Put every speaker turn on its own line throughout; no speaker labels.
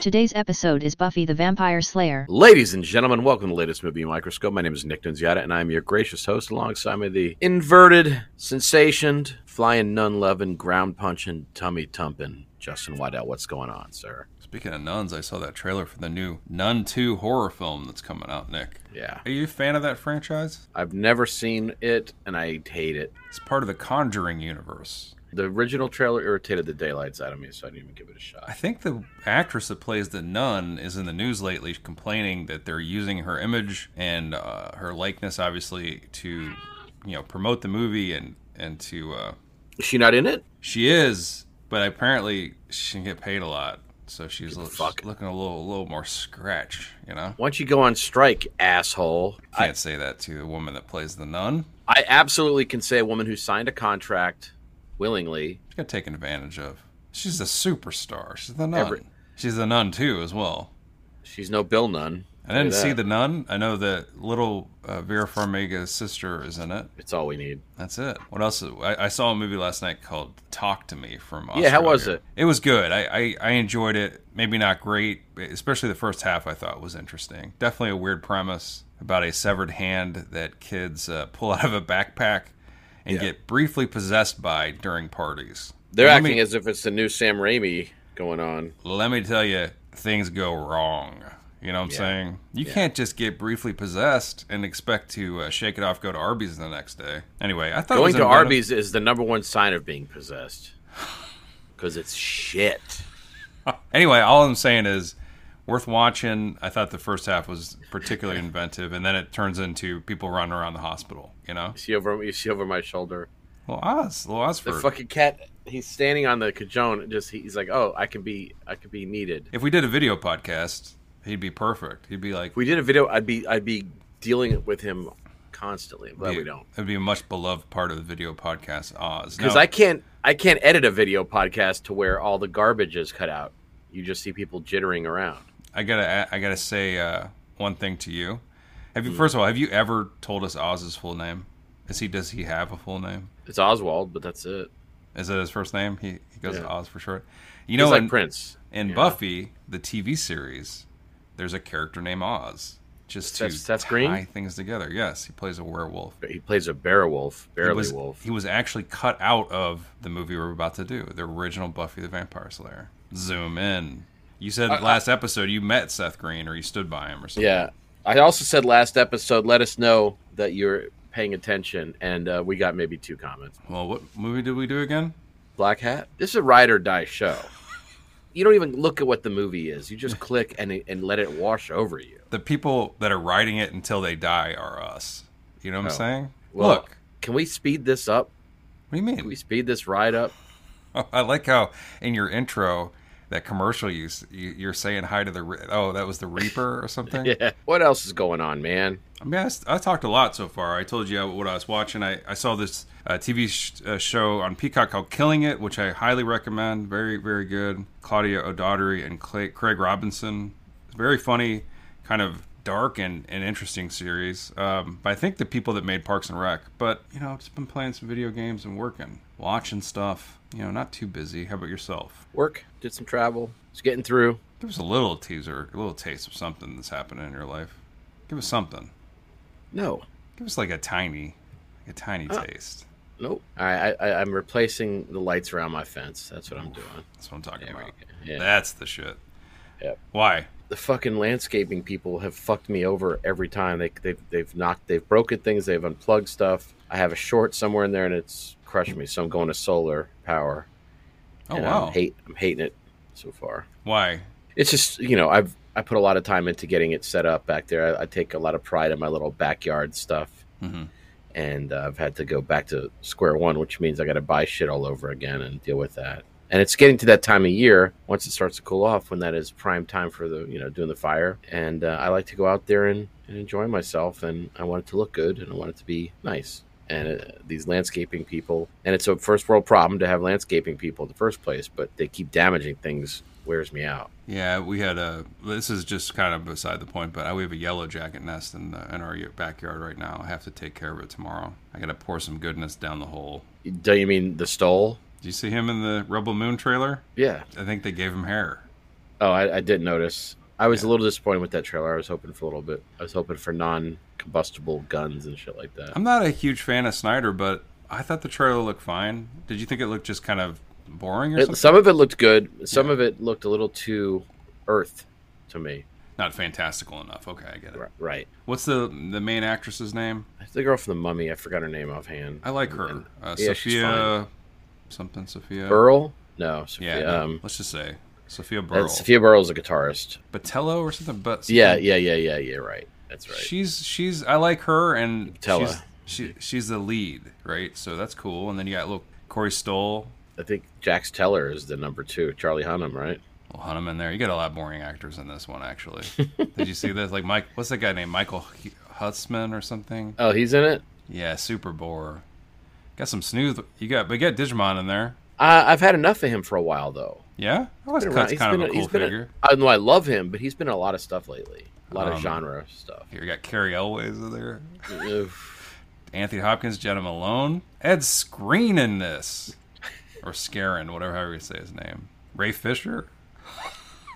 Today's episode is Buffy the Vampire Slayer.
Ladies and gentlemen, welcome to the latest movie microscope. My name is Nick Nunziata, and I'm your gracious host alongside me, the inverted, sensationed, flying nun loving, ground punching, tummy tumping Justin Waddell. What's going on, sir?
Speaking of nuns, I saw that trailer for the new Nun 2 horror film that's coming out, Nick.
Yeah.
Are you a fan of that franchise?
I've never seen it, and I hate it.
It's part of the Conjuring universe.
The original trailer irritated the daylights out of me, so I didn't even give it a
I
shot.
think the actress that plays the nun is in the news lately complaining that they're using her image and uh, her likeness, obviously, to you know promote the movie and and to uh,
Is she not in it?
she is, but apparently she didn't get paid a lot, so she's l-
fuck.
looking a little a little more scratch. You know,
Why don't you go on strike, asshole?
can't say that to the woman that plays the nun.
I absolutely can say a woman who signed a contract willingly.
She got taken advantage of. She's a superstar. She's the nun.
Every-
She's the nun too, as well.
She's no Bill Nun.
I didn't
Look at
see
that.
the nun. I know that little uh, Vera Farmiga's sister is in it.
It's all we need.
That's it. What else? is- I, I saw a movie last night called "Talk to Me" from Australia.
Yeah, how was it?
It was good. I, I I enjoyed it. Maybe not great, especially the first half. I thought was interesting. Definitely a weird premise about a severed hand that kids uh, pull out of a backpack and
Yeah.
get briefly possessed by during parties.
They're
Let me-
acting as if it's the new Sam Raimi going on.
let me tell you, things go wrong. You know what I'm
Yeah.
saying? You can't just get briefly possessed and expect to uh, shake it off, go to Arby's the next day. Anyway, I thought it
Going
was
to
inventive-
Arby's is the number one sign of being possessed. Because it's shit.
Anyway, all I'm saying is worth watching. I thought the first half was particularly inventive, and then it turns into people running around the hospital. You know,
You see over, you see over my shoulder.
well, Oz, well,
The
Osford.
fucking cat. He's standing on the cajon. and Just he's like, oh, I can be, I could be needed.
if we did a video podcast, he'd be perfect. He'd be like,
If we did a video, I'd be, I'd be dealing with him constantly. I'm glad we don't.
It'd be a much beloved part of the video podcast, Oz.
Because
Now-
I can't, I can't edit a video podcast to where all the garbage is cut out. You just see people jittering around.
I gotta I gotta say uh, one thing to you. Have
Hmm.
you first of all have you ever told us Oz's full name? Is he does he have a full name?
It's Oswald, but that's it.
Is it his first name? He he goes
Yeah.
to Oz for short.
He's
You know,
like
in,
Prince.
in
yeah.
Buffy the TV series, there's a character named Oz. Just to
That's- that's
tie
Green?
things together. Yes, he plays a werewolf.
He plays a bear wolf,
He
barely
was,
wolf.
he was actually cut out of the movie we're about to do, the original Buffy the Vampire Slayer. Zoom in. You said last episode you met Seth Green or you stood by him or something.
Yeah. I also said last episode, let us know that you're paying attention, and uh, we got maybe two comments.
Well, what movie did we do again?
Black Hat. This is a ride or die show. You don't even look at what the movie is. You just click and it- and let it wash over you.
The people that are riding it until they die are us. You know what I'm
Oh.
saying?
Well,
Look, what
Can we speed this up?
do you
Can
mean?
we speed this ride up?
I like how in your intro, that commercial you, s- you you're saying hi to the re- oh that was the Reaper or something.
Yeah. What else is going on, man?
I mean, I, s- I talked a lot so far. I told you what I was watching. I, I saw this uh, TV sh- uh, show on Peacock called Killing It, which I highly recommend. Very, very good. Claudia O'Dottery and Clay, Craig Robinson. It's very funny, kind of dark and, and interesting series. Um, but I think the people that made Parks and Rec. But, you know, I've just been playing some video games and working, watching stuff. You know, not too busy. How about yourself?
Work, did some travel, it's getting through.
Give us a little teaser, a little taste of something that's happening in your life. Give us something.
No.
Give us like a tiny, like a tiny
Uh,
taste.
Nope. All right, I, I, I'm replacing the lights around my fence. That's what I'm doing.
That's what I'm talking
There we
about.
go. Yeah.
That's the shit.
Yep.
Why?
the fucking landscaping people have fucked me over every time. They they've they've knocked, they've broken things, they've unplugged stuff. I have a short somewhere in there, and it's crushed me. So I'm going to solar power.
Oh
and
wow.
I'm hate I'm hating it so far.
Why?
It's just you know I've I put a lot of time into getting it set up back there. I, I take a lot of pride in my little backyard stuff,
Mm-hmm.
and uh, I've had to go back to square one, which means I got to buy shit all over again and deal with that. And it's getting to that time of year once it starts to cool off, when that is prime time for the you know doing the fire. And uh, I like to go out there and, and enjoy myself, and I want it to look good, and I want it to be nice. And uh, these landscaping people, and it's a first world problem to have landscaping people in the first place, but they keep damaging things, wears me out.
Yeah, we had a. This is just kind of beside the point, but I, we have a yellow jacket nest in, the, in our backyard right now. I have to take care of it tomorrow. I got to pour some goodness down the hole.
Do you mean the stole?
Do you see him in the Rebel Moon trailer?
Yeah.
I think they gave him hair.
Oh, I, I did notice. I was a little disappointed with that trailer. I was hoping for a little bit. I was hoping for non-combustible guns and shit like that.
I'm not a huge fan of Snyder, but I thought the trailer looked fine. Did you think it looked just kind of boring or
It-
something?
some of it looked good. Some of it looked a little too Earth to me.
Not fantastical enough. Okay, I get it.
Ri- Right.
What's the the main actress's name?
It's The girl from the Mummy. I forgot her name offhand.
I like her. Uh,
Yeah, she's
Sophia something Sophia.
Burl? No.
Yeah.
Sophia,
no,
um,
let's just say Sophia Burl.
that's, Sophia Burl's a guitarist.
Batello or something, but
Yeah, yeah, yeah, yeah, yeah. Right. That's right.
She's she's I like her and
Tell
she's,
her.
she she's the lead, right? So that's cool. And then you got look Corey Stoll,
I think Jax Teller is the number two. Charlie Hunnam, right?
Will Hunnam in there. You got a lot of boring actors in this one actually. Did you see this? Like Mike, what's that guy named Michael H- Hutzman or something?
Oh, he's in it.
Yeah, super bore. Got some snooth. You got but you got Digimon in there.
Uh, I've had enough of him for a while though.
Yeah, I was
been around- he's
kind of
been
a
a-
cool
he's been a-
figure.
I know I love him, but he's been in a lot of stuff lately. A lot
Um,
of genre stuff.
Here you got Carrie Elways in there.
Oof.
Anthony Hopkins, Jenna Malone, Ed Screen in this, or Scarin, whatever however you say his name. Ray Fisher.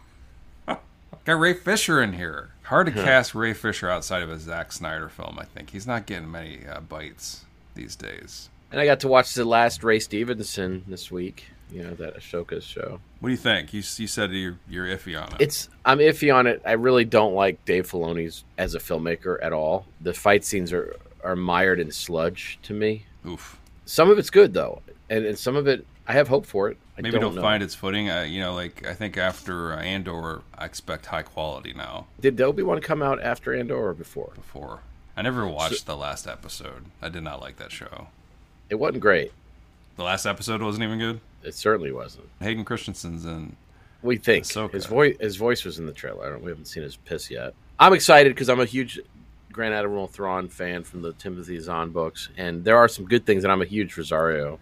Got Ray Fisher in here. Hard to cast Ray Fisher outside of a Zack Snyder film. I think he's not getting many uh, bites these days.
And I got to watch the last Ray Stevenson this week. You know that Ashoka show.
What do you think? You, you said you're, you're iffy on it.
It's I'm iffy on it. I really don't like Dave Filoni's as a filmmaker at all. The fight scenes are are mired in sludge to me.
Oof.
Some of it's good though, and, and some of it I have hope for it. I
Maybe don't,
know.
find its footing. Uh, you know, like I think after uh, Andor, I expect high quality now.
Did Obi Wan come out after Andor or before?
Before I never watched the last episode. I did not like that show.
It wasn't great.
The last episode wasn't even good.
It certainly wasn't.
Hayden Christensen's in.
We think
Ahsoka.
his voice his voice was in the trailer. I don't, we haven't seen his piss yet. I'm excited because I'm a huge Grand Admiral Thrawn fan from the Timothy Zahn books, and there are some good things. And I'm a huge Rosario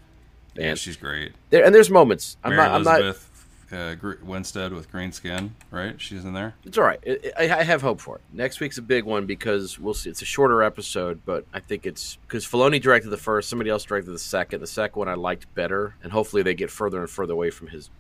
fan.
Yeah, she's great.
there and there's moments. I'm
Mary
not. I'm not.
Elizabeth uh, Gr- Winstead with green skin, right? She's in there.
It's all right. I- I, I have hope for it. Next week's a big one because we'll see. It's a shorter episode, but I think it's because Filoni directed the first, somebody else directed the second. The second one I liked better, and hopefully they get further and further away from his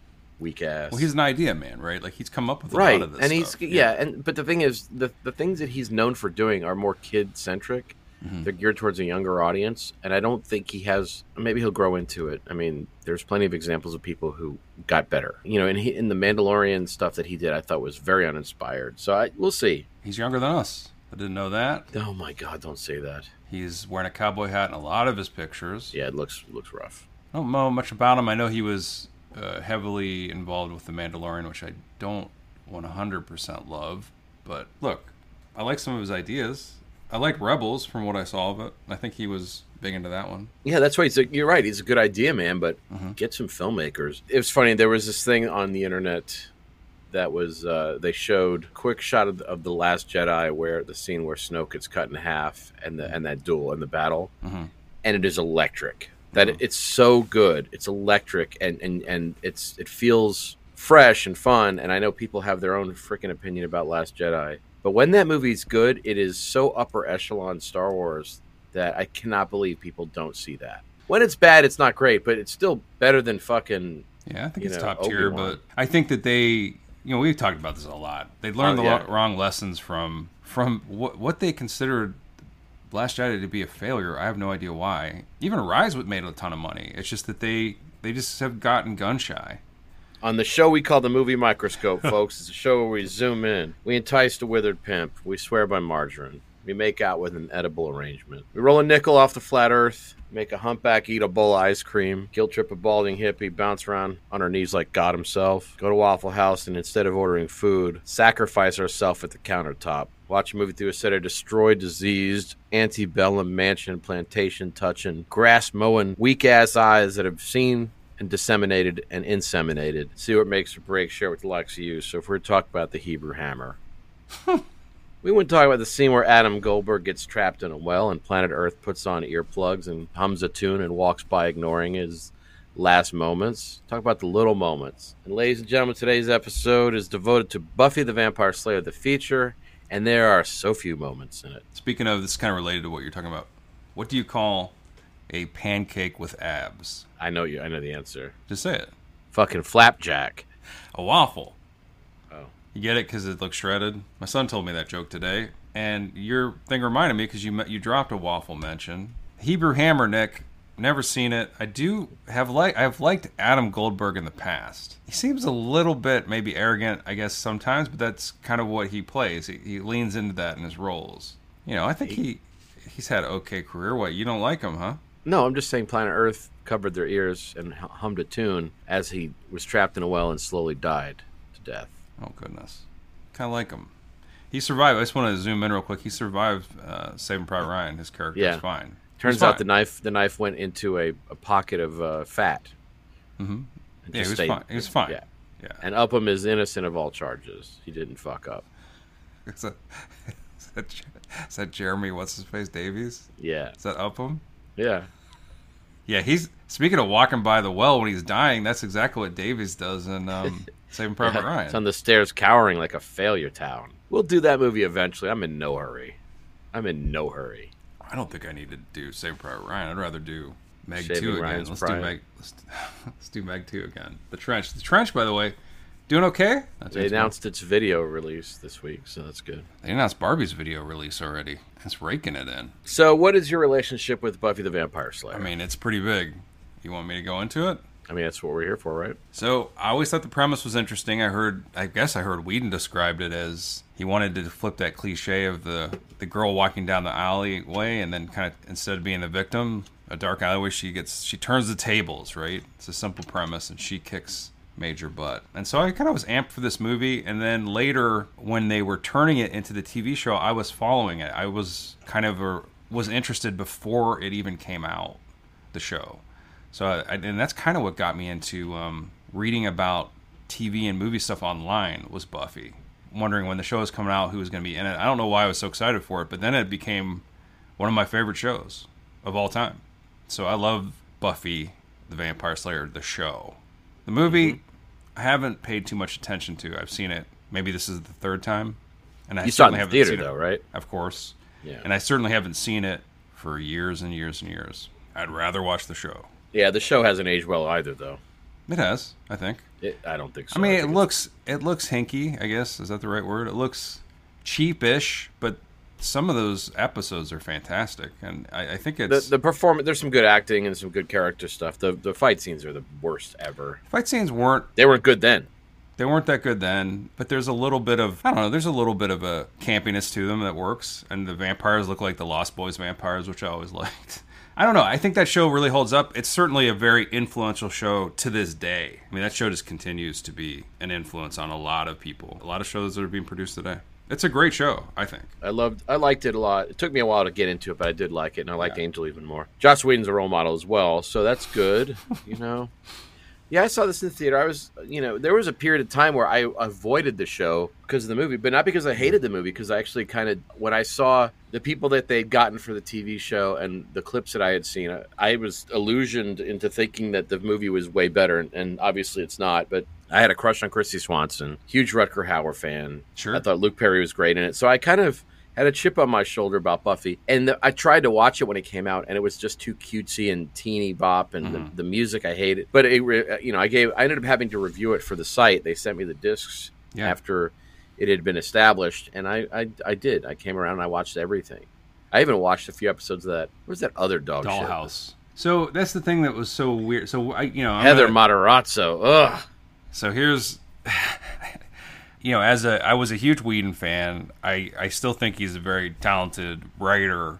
weak ass.
Well, he's an idea man, right? Like he's come up with a
right
lot of this.
and he's
stuff.
yeah. and but the thing is the the things that he's known for doing are more kid centric
Mm-hmm.
they're geared towards a younger audience and i don't think he has maybe he'll grow into it i mean there's plenty of examples of people who got better you know and he in the mandalorian stuff that he did i thought was very uninspired so i we'll see
he's younger than us. I didn't know that.
oh my god don't say that
He's wearing a cowboy hat in a lot of his pictures.
yeah it looks looks rough
I don't know much about him. I know he was uh, heavily involved with The Mandalorian, which I don't 100% love. But look, I like some of his ideas. I like Rebels from what I saw of it. I think he was big into that one.
Yeah, that's why he's a, you're right. He's a good idea, man, but get some filmmakers. It was funny. There was this thing on the internet that was uh, they showed quick shot of, of the Last Jedi, where the scene where Snoke gets cut in half, and the and that duel and the battle,
Mhm.
and it is electric. That it's so good. It's electric, and and and it's it feels fresh and fun. And I know people have their own freaking opinion about Last Jedi, but when that movie's good, it is so upper echelon Star Wars that I cannot believe people don't see that. When it's bad, it's not great, but it's still better than fucking.
Yeah, I think
you
it's
know,
top tier,
Obi-Wan.
but I think that they you know we've talked about this a lot. They learned
Oh,
the
yeah.
lo- wrong lessons from from what what they considered Last Jedi to be a failure. I have no idea why. Even Rise would made a ton of money. It's just that they they just have gotten gun shy.
On the show we call the movie microscope, folks, it's a show where we zoom in. We entice the withered pimp. We swear by margarine. We make out with an edible arrangement. We roll a nickel off the flat earth. Make a humpback eat a bowl of ice cream. Guilt trip a balding hippie. Bounce around on our knees like God himself. Go to Waffle House and instead of ordering food, sacrifice ourselves at the countertop. Watch a movie through a set of destroyed, diseased, antebellum mansion, plantation touching, grass mowing, weak ass eyes that have seen and disseminated and inseminated. See what makes or breaks. Share with the likes of you. So if we're talking about the Hebrew hammer, we wouldn't talk about the scene where Adam Goldberg gets trapped in a well and planet Earth puts on earplugs and hums a tune and walks by ignoring his last moments. Talk about the little moments. And ladies and gentlemen, today's episode is devoted to Buffy the Vampire Slayer, the feature, and there are so few moments in it.
Speaking of, this is kind of related to what you're talking about. What do you call a pancake with abs?
I know you. I know the answer.
Just say it.
Fucking flapjack.
A waffle.
Oh.
You get it because it looks shredded. My son told me that joke today, and your thing reminded me because you me- you dropped a waffle mention. Hebrew Hammer, Nick. Never seen it. I do have like I've liked Adam Goldberg in the past. He seems a little bit maybe arrogant, I guess sometimes, but that's kind of what he plays. He, he leans into that in his roles. You know, I think he he's had an okay career. What you don't like him, huh?
No, I'm just saying Planet Earth covered their ears and h- hummed a tune as he was trapped in a well and slowly died to death.
Oh goodness, kind of like him. He survived. I just want to zoom in real quick. He survived uh, Saving Private Ryan. His character
Yeah.
is fine.
Turns
He's
out the
fine.
knife the knife went into a, a pocket of uh, fat. Mm-hmm.
yeah, he was fine. He was fine.
yeah.
yeah.
And Upham is innocent of all charges. He didn't fuck up.
Is that, is, that, Jer- is that Jeremy? What's his face? Davies?
Yeah,
Is that Upham?
yeah.
Yeah, he's speaking of walking by the well when he's dying. That's exactly what Davies does in um, Saving Private
It's on
Ryan.
the stairs, cowering like a failure town. We'll do that movie eventually. I'm in no hurry. I'm in no hurry.
I don't think I need to do Saving Private Ryan. I'd rather do Meg
Saving
Two again.
Ryan's
let's
Private.
do Meg. Let's, do- let's do Meg Two again. The trench. The trench. By the way, doing okay.
They
Not doing so bad.
announced its video release this week, so that's good.
They announced Barbie's video release already. That's raking it in.
So, what is your relationship with Buffy the Vampire Slayer?
I mean, it's pretty big. You want me to go into it?
I mean, that's what we're here for, right?
So I always thought the premise was interesting. I heard, I guess I heard Whedon described it as he wanted to flip that cliche of the the girl walking down the alleyway and then kind of instead of being the victim, a dark alleyway, she gets she turns the tables. Right? It's a simple premise, and she kicks major butt. And so I kind of was amped for this movie. And then later, when they were turning it into the TV show, I was following it. I was kind of a, was interested before it even came out, the show. So, I, and that's kind of what got me into um, reading about TV and movie stuff online was Buffy. Wondering when the show was coming out, who was going to be in it. I don't know why I was so excited for it, but then it became one of my favorite shows of all time. So I love Buffy the Vampire Slayer, the show. The movie,
Mm-hmm.
I haven't paid too much attention to. I've seen it. Maybe this is the third time. And I
You saw it in the
certainly haven't
theater,
seen it-
though, right?
Of course.
Yeah.
And I certainly haven't seen it for years and years and years. I'd rather watch the show.
Yeah, the show hasn't aged well either, though.
It has, I think.
It, I don't think so.
I mean,
think
it
it's-
looks it looks hinky. I guess is that the right word? It looks cheapish, but some of those episodes are fantastic, and I, I think
the
it's
the performance. There's some good acting and some good character stuff. The the fight scenes are the worst ever.
fight scenes weren't
They weren't good then.
they weren't that good then, but there's a little bit of I don't know, there's a little bit of a campiness to them that works, and the vampires look like the Lost Boys vampires, which I always liked. I don't know. I think that show really holds up. It's certainly a very influential show to this day. I mean, that show just continues to be an influence on a lot of people. A lot of shows that are being produced today. It's a great show, I think.
I loved. I liked it a lot. It took me a while to get into it, but I did like it, and I liked Angel even more. Joss Whedon's a role model as well, so that's good. you know. Yeah, I saw this in the theater. I was, you know, there was a period of time where I avoided the show because of the movie, but not because I hated the movie. Because I actually kind of, when I saw the people that they'd gotten for the TV show and the clips that I had seen, I, I was illusioned into thinking that the movie was way better, and, and obviously it's not. But I had a crush on Christy Swanson, huge Rutger Hauer fan.
Sure.
I thought Luke Perry was great in it, so I kind of had a chip on my shoulder about Buffy, and the, I tried to watch it when it came out, and it was just too cutesy and teeny bop, and
Mm-hmm.
uh, the, the music I hated. But it, re- you know, I gave I ended up having to review it for the site. They sent me the discs,
Yeah.
after it had been established. And I, I, I did. I came around and I watched everything. I even watched a few episodes of that. What was that other dog shit?
Dollhouse. So that's the thing that was so weird. So I, you know, I'm
Heather
not-
Materazzo. Ugh.
So here's, you know, as a I was a huge Whedon fan. I I still think he's a very talented writer,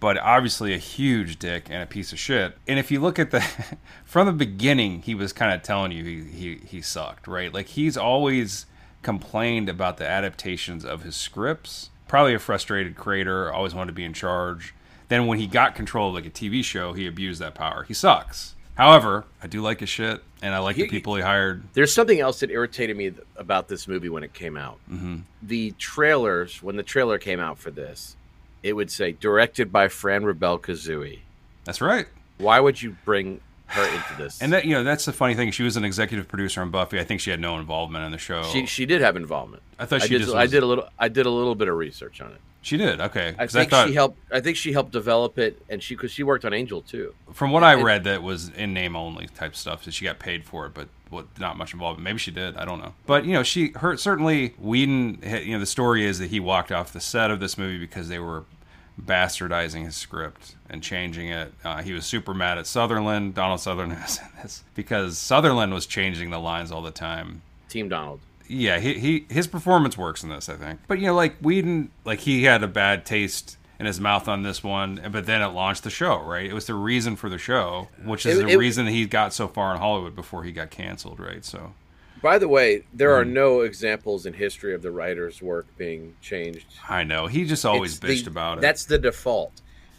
but obviously a huge dick and a piece of shit. And if you look at the from the beginning, he was kind of telling you he he he sucked, right? Like he's always complained about the adaptations of his scripts. Probably a frustrated creator, always wanted to be in charge. Then when he got control of like a TV show, he abused that power. He sucks. However, I do like his shit, and I like the
He-
people he hired.
There's something else that irritated me th- about this movie when it came out.
Mm-hmm.
The trailers, when the trailer came out for this, it would say directed by Fran Rebel Kazooie.
That's right.
Why would you bring her into this?
And that you know that's the funny thing. She was an executive producer on Buffy. I think she had no involvement in the show.
she she did have involvement.
I thought she
I did,
just was,
I did a little I did a little bit of research on it.
She did. Okay.
I
'Cause
think
thought,
she helped I think she helped develop it and she cuz she worked on Angel too.
from what I
it-
read, that was in name only type stuff. So she got paid for it, but what not much involvement. Maybe she did. I don't know. But you know, she her certainly Whedon. had- You know, the story is that he walked off the set of this movie because they were bastardizing his script and changing it. Uh, he was super mad at Sutherland. Donald Sutherland was in this because Sutherland was changing the lines all the time.
Team Donald.
yeah, he, he his performance works in this, I think. But you know, like Whedon, like he had a bad taste in his mouth on this one, but then it launched the show, right? It was the reason for the show, which is
It-
the
it-
reason he got so far in Hollywood before he got canceled, right? So
By the way, there
Mm-hmm.
are no examples in history of the writer's work being changed.
I know he just always
It's the-
bitched about it.
That's the default.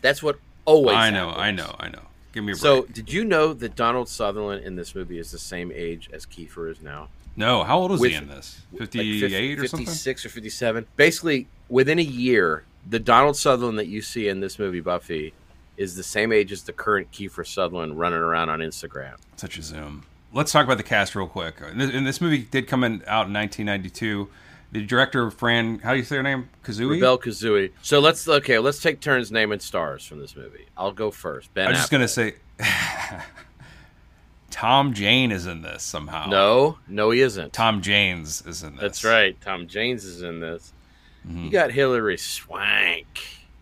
That's what always
I know, I
happens.
know, I know. Give me a break.
So, did you know that Donald Sutherland in this movie is the same age as Kiefer is now?
no, how old was
with-
he in this?
Like
Fifty-eight or something.
56 or 57. Basically, within a year, the Donald Sutherland that you see in this movie, Buffy, is the same age as the current Kiefer Sutherland running around on Instagram.
such a zoom. Let's talk about the cast real quick. And this, and this movie did come in, out in 1992. The director Fran, how do you say her name? Kazooie.
Bell Kazooie. So let's okay. Let's take turns naming stars from this movie. I'll go first. Ben.
I'm just
Affleck.
gonna say Tom Jane is in this somehow.
No, no, he isn't.
Tom Janes is in this.
That's right. Tom James is in this.
Mm-hmm.
You got Hillary Swank.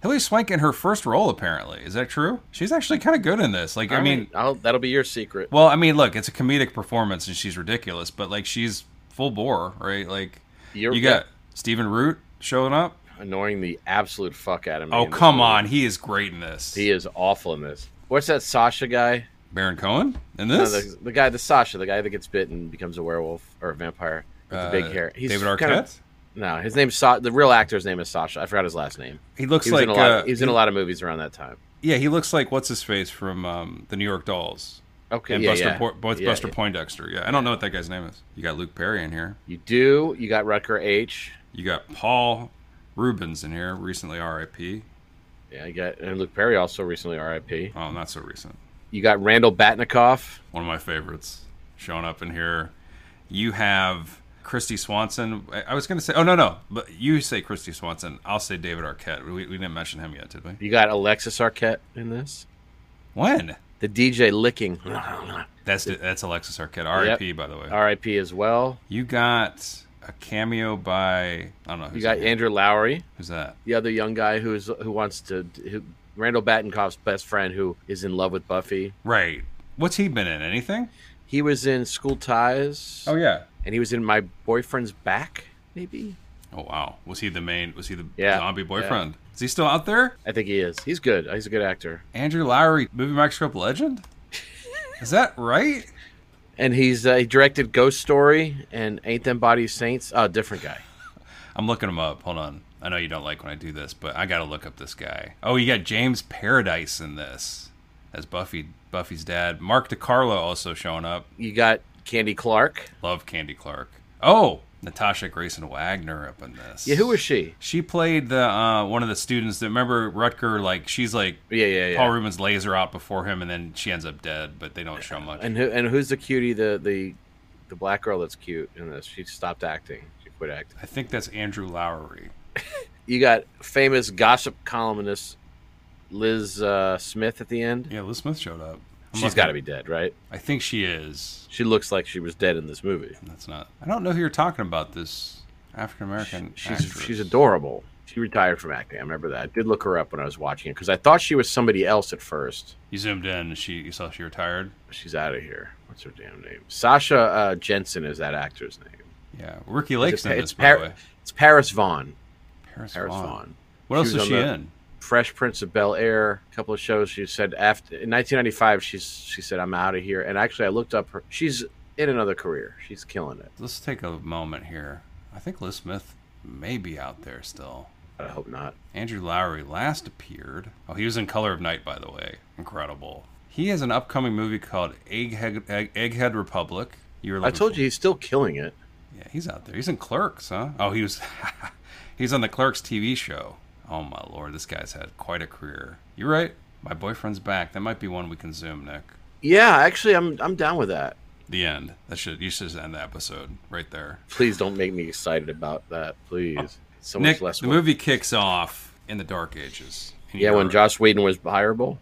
Hilary Swank in her first role apparently. Is that true? She's actually kind of good in this. Like I
All
mean,
right, I'll, that'll be your secret.
well, I mean, look, it's a comedic performance and she's ridiculous, but like she's full bore, right? Like
You're-
you got Stephen Root showing up.
annoying the absolute fuck out of me.
Oh
in this
come
movie.
on, he is great in this.
He is awful in this. What's that Sasha guy?
Baron Cohen in
No,
this.
the, the guy, the Sasha, the guy that gets bit and becomes a werewolf or a vampire with the
Uh,
big hair. He's
David Arquette.
kind of- no, his name's Sa- the real actor's name is Sasha. I forgot his last name.
he looks
He was,
like
in, a lot
uh,
he was in a lot of movies around that time.
yeah, he looks like what's his face from um, the New York Dolls.
Okay,
and
yeah,
Buster,
yeah.
Por- both
Yeah,
Buster
yeah.
Poindexter. Yeah, I don't know what that guy's name is. You got Luke Perry in here.
You do. You got Rutger H.
You got Paul Rubens in here, recently R.I.P.
Yeah, you got and Luke Perry also recently R.I.P.
Oh, not so recent.
You got Randall Batnikoff.
One of my favorites showing up in here. You have Christy Swanson. I, I was going to say, oh no, no, but you say Christy Swanson. I'll say David Arquette. We, we didn't mention him yet, did we?
You got Alexis Arquette in this.
When?
The DJ licking.
That's that's Alexis Arquette. R.I.P. By the way.
R.I.P. as well.
You got a cameo by I don't know. Who's
You got
that?
Andrew Lowry,
Who's that?
the other young guy who is who wants to who, Randall Battenkoff's best friend who is in love with Buffy.
Right. What's he been in? Anything?
He was in School Ties,
Oh yeah.
and he was in My Boyfriend's Back. Maybe
Oh wow, was he the main? Was he the
Yeah,
zombie boyfriend? Is he still out there?
I think he is. He's good. He's a good actor,
Andrew Lowry, movie microscope legend. Is that right?
and he's uh, he directed Ghost Story and Ain't Them Body Saints. Oh, different guy.
I'm looking him up. Hold on. I know you don't like when I do this, but I gotta look up this guy. Oh, you got James Paradise in this as Buffy, Buffy's dad. Mark DiCarlo also showing up.
You got Candy Clark.
Love Candy Clark. Oh, Natasha Grayson Wagner up in this.
Yeah, who was she?
She played the uh, one of the students that remember Rutger. Like she's like
Yeah, yeah, yeah.
Paul Rubens lays her out before him, and then she ends up dead. But they don't show much.
And who and who's the cutie? The the the black girl that's cute in this. She stopped acting. She quit acting.
I think that's Andrew Lowry.
You got famous gossip columnist Liz uh, Smith at the end.
Yeah, Liz Smith showed up.
She's got to be dead, right?
I think she is.
She looks like she was dead in this movie.
That's not. I don't know who you're talking about. This African American.
She's she's adorable. She retired from acting. I remember that. I did look her up when I was watching it because I thought she was somebody else at first.
You zoomed in. and She you saw she retired.
She's out of here. What's her damn name? Sasha uh, Jensen is that actor's name.
Yeah, Ricky
It's,
Lake's in
it's,
this. By the
Par-
way,
it's Paris Vaughn.
Paris,
Paris
Vaughn.
Vaughn.
What else
She
is
was
she
on the-
in?
Fresh Prince of Bel Air, a couple of shows. She said after in 1995, she's she said I'm out of here. And actually, I looked up her. She's in another career. She's killing it.
Let's take a moment here. I think Liz Smith may be out there still.
I hope not.
Andrew Lowry last appeared. Oh, he was in Color of Night, by the way. Incredible. He has an upcoming movie called Egghead, Egg, Egghead Republic. You were
I
looking
told
for-
you he's still killing it.
Yeah, he's out there. He's in Clerks, huh? Oh, he was. he's on the Clerks TV show. Oh my lord, this guy's had quite a career. You're right. My boyfriend's back. That might be one we can zoom, Nick.
Yeah, actually, I'm I'm down with that.
The end. That should you should end the episode right there.
Please don't make me excited about that, please. So much
Nick,
less.
the
work.
movie kicks off in the Dark Ages. In
Yeah, when
Europe.
Josh Whedon was hireable.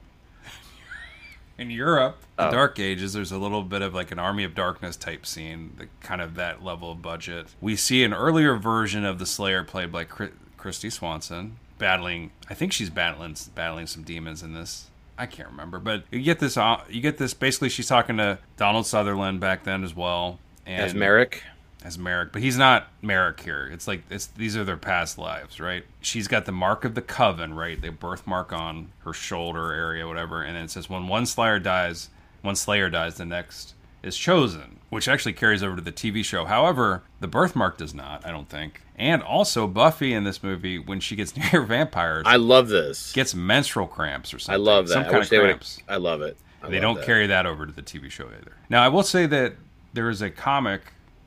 in Europe, the
Oh.
Dark Ages, there's a little bit of like an Army of Darkness type scene, the, kind of that level of budget. We see an earlier version of the Slayer played by Chri- Christy Swanson battling. I think she's battling battling some demons in this. I can't remember, but you get this. uh, You get this. Basically, she's talking to Donald Sutherland back then as well. And
As Merrick,
as Merrick, but he's not Merrick here. It's like it's these are their past lives, right? She's got the mark of the coven, right? The birthmark on her shoulder area, whatever, and then it says when one Slayer dies, one Slayer dies, the next is chosen, which actually carries over to the TV show. However, the birthmark does not, I don't think. And also Buffy in this movie, when she gets near vampires,
I love this.
gets menstrual cramps or
I
something.
love that.
Some
I
kind
wish
of
they would-
cramps
I love it. I
they
love
don't
that.
carry that over to the TV show either. Now, I will say that there is a comic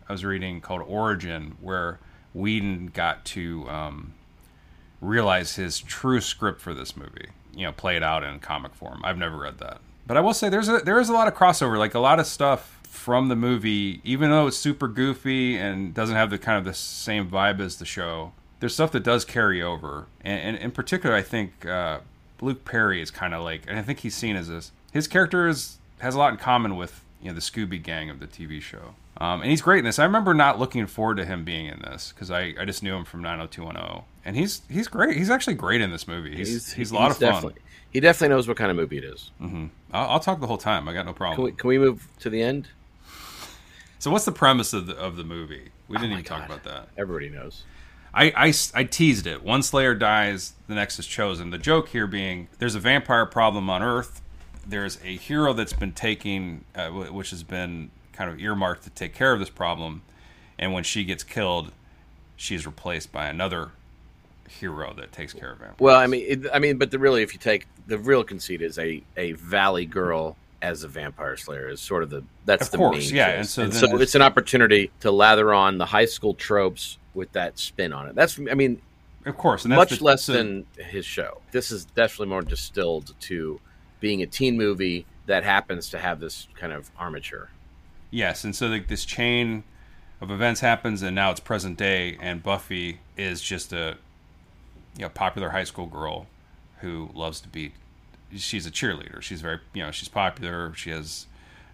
I was reading called Origin where Whedon got to um, realize his true script for this movie. You know, play it out in comic form. I've never read that, but I will say there's a there is a lot of crossover, like a lot of stuff from the movie, even though it's super goofy and doesn't have the kind of the same vibe as the show. There's stuff that does carry over, and, and in particular, I think uh, Luke Perry is kind of like, and I think he's seen as this. His character is has a lot in common with you know the Scooby Gang of the TV show, um, and he's great in this. I remember not looking forward to him being in this because I, I just knew him from 90210, and he's he's great. He's actually great in this movie. He's he's, a lot of fun.
definitely- He definitely knows what kind of movie it is.
I'll, I'll talk the whole time. I got no problem.
Can we, can we move to the end?
so what's the premise of the of the movie? We didn't
Oh my
even
God.
talk about that.
Everybody knows.
I, I s- I teased it. One Slayer dies, the next is chosen. The joke here being there's a vampire problem on Earth. There's a hero that's been taking, uh, wh- which has been kind of earmarked to take care of this problem. And when she gets killed, she's replaced by another hero that takes care of vampires.
Well, I mean, it, I mean, but the really, if you take the real conceit, is a a valley girl as a vampire slayer is sort of the that's
Of
the
course,
main
yeah,
gist.
and so then
so
there's-
it's an opportunity to lather on the high school tropes with that spin on it. That's I mean,
of course, and that's
much
the-
less
so-
than his show. This is definitely more distilled to being a teen movie that happens to have this kind of armature.
Yes, and so like this chain of events happens, and now it's present day, and Buffy is just a you know popular high school girl who loves to be. She's a cheerleader. She's very you know she's popular. She has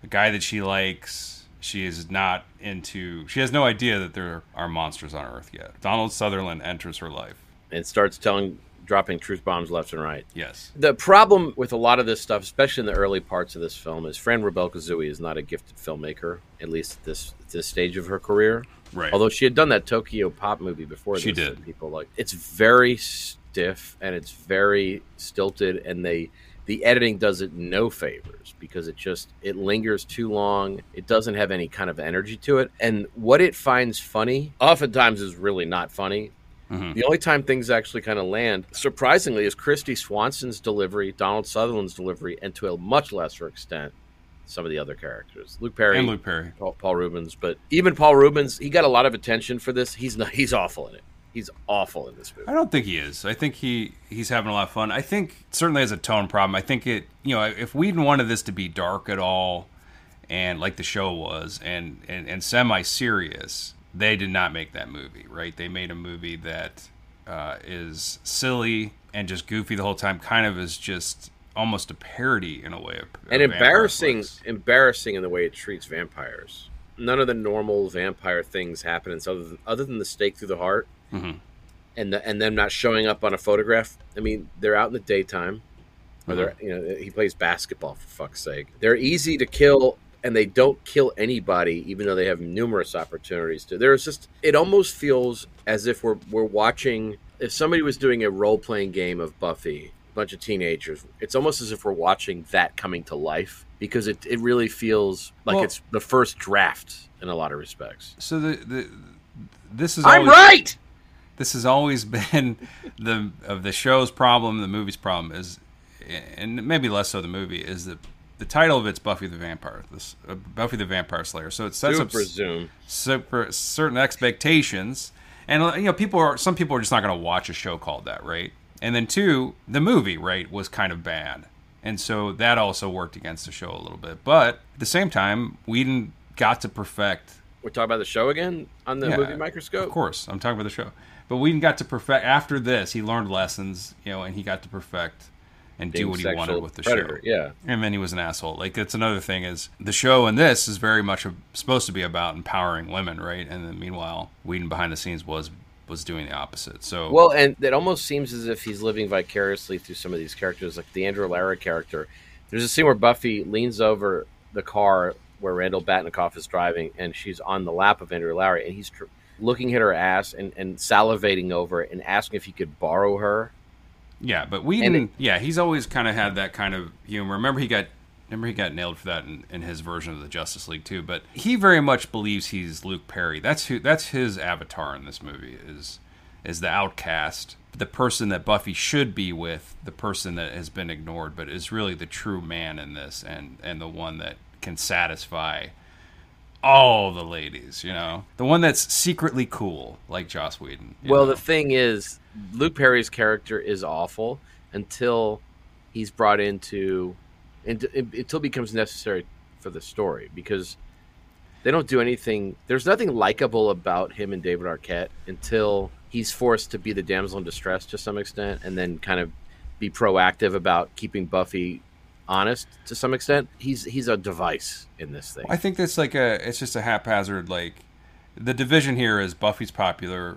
a guy that she likes. She is not into. She has no idea that there are monsters on Earth yet. Donald Sutherland enters her life.
and starts telling dropping truth bombs left and right.
Yes.
The problem with a lot of this stuff, especially in the early parts of this film, is Fran Rebel Kazooie is not a gifted filmmaker, at least at this at this stage of her career.
Right.
Although she had done that Tokyo Pop movie before,
She
this,
did.
and People like it's very stiff and it's very stilted, and they the editing does it no favors because it just it lingers too long. It doesn't have any kind of energy to it, and what it finds funny oftentimes is really not funny.
Mhm.
The only time things actually kind of land, surprisingly, is Christy Swanson's delivery, Donald Sutherland's delivery, and to a much lesser extent, some of the other characters. Luke Perry,
And Luke Perry.
Paul, Paul Rubens, but even Paul Rubens, he got a lot of attention for this. He's not, he's awful in it. He's awful in this movie.
I don't think he is. I think he he's having a lot of fun. I think certainly has a tone problem. I think it you know if Whedon wanted this to be dark at all, and like the show was, and and, and semi serious, they did not make that movie. Right? They made a movie that uh, is silly and just goofy the whole time. Kind of is just almost a parody in a way. Of,
and
of Vampire
embarrassing,
Slayers.
embarrassing in the way it treats vampires. None of the normal vampire things happen, it's other than, other than the stake through the heart
Mhm.
and the, and them not showing up on a photograph. I mean, they're out in the daytime, or they're you know he plays basketball for fuck's sake. They're easy to kill, and they don't kill anybody, even though they have numerous opportunities to. There's just it almost feels as if we're we're watching if somebody was doing a role playing game of Buffy, a bunch of teenagers. It's almost as if we're watching that coming to life because it it really feels like
Well-
it's the first draft in a lot of respects.
So the, the this is
I'm
always-
right.
this has always been the of the show's problem, the movie's problem is, and maybe less so the movie is that the title of it's Buffy the Vampire, this uh, Buffy the Vampire Slayer. So it sets
That's
up
Super Zoom.
super, certain expectations, and uh, you know people are some people are just not going to watch a show called that, right? And then two, the movie, right, was kind of bad, and so that also worked against the show a little bit. But at the same time, Whedon got to perfect
We're talking about the show again on the
yeah,
movie microscope.
Of course, I'm talking about the show. But Whedon got to perfect after this. He learned lessons, you know, and he got to perfect and do
Being
what he
sexual
wanted with the
predator,
show.
Yeah.
And then he was an asshole. Like that's another thing is the show and this is very much a, supposed to be about empowering women, right? And then meanwhile, Whedon behind the scenes was was doing the opposite. So
Well, and it almost seems as if he's living vicariously through some of these characters, like the Andrew Lara character. There's a scene where Buffy leans over the car where Randall Batnikoff is driving, and she's on the lap of Andrew Lara, and he's tr- looking at her ass and, and salivating over it and asking if he could borrow her.
yeah, but Whedon,
and it-
yeah, he's always kind of had that kind of humor. Remember he got remember he got nailed for that in, in his version of the Justice League too. But he very much believes he's Luke Perry. That's who that's his avatar in this movie is is the outcast, the person that Buffy should be with, the person that has been ignored, but is really the true man in this, and and the one that can satisfy all the ladies. You know, the one that's secretly cool, like Joss Whedon. you
Well,
know?
the thing is, Luke Perry's character is awful until he's brought into, and until it becomes necessary for the story because they don't do anything. There's nothing likable about him and David Arquette until he's forced to be the damsel in distress to some extent, and then kind of be proactive about keeping Buffy honest to some extent. He's he's a device in this thing.
I think that's like a. It's just a haphazard like. The division here is Buffy's popular,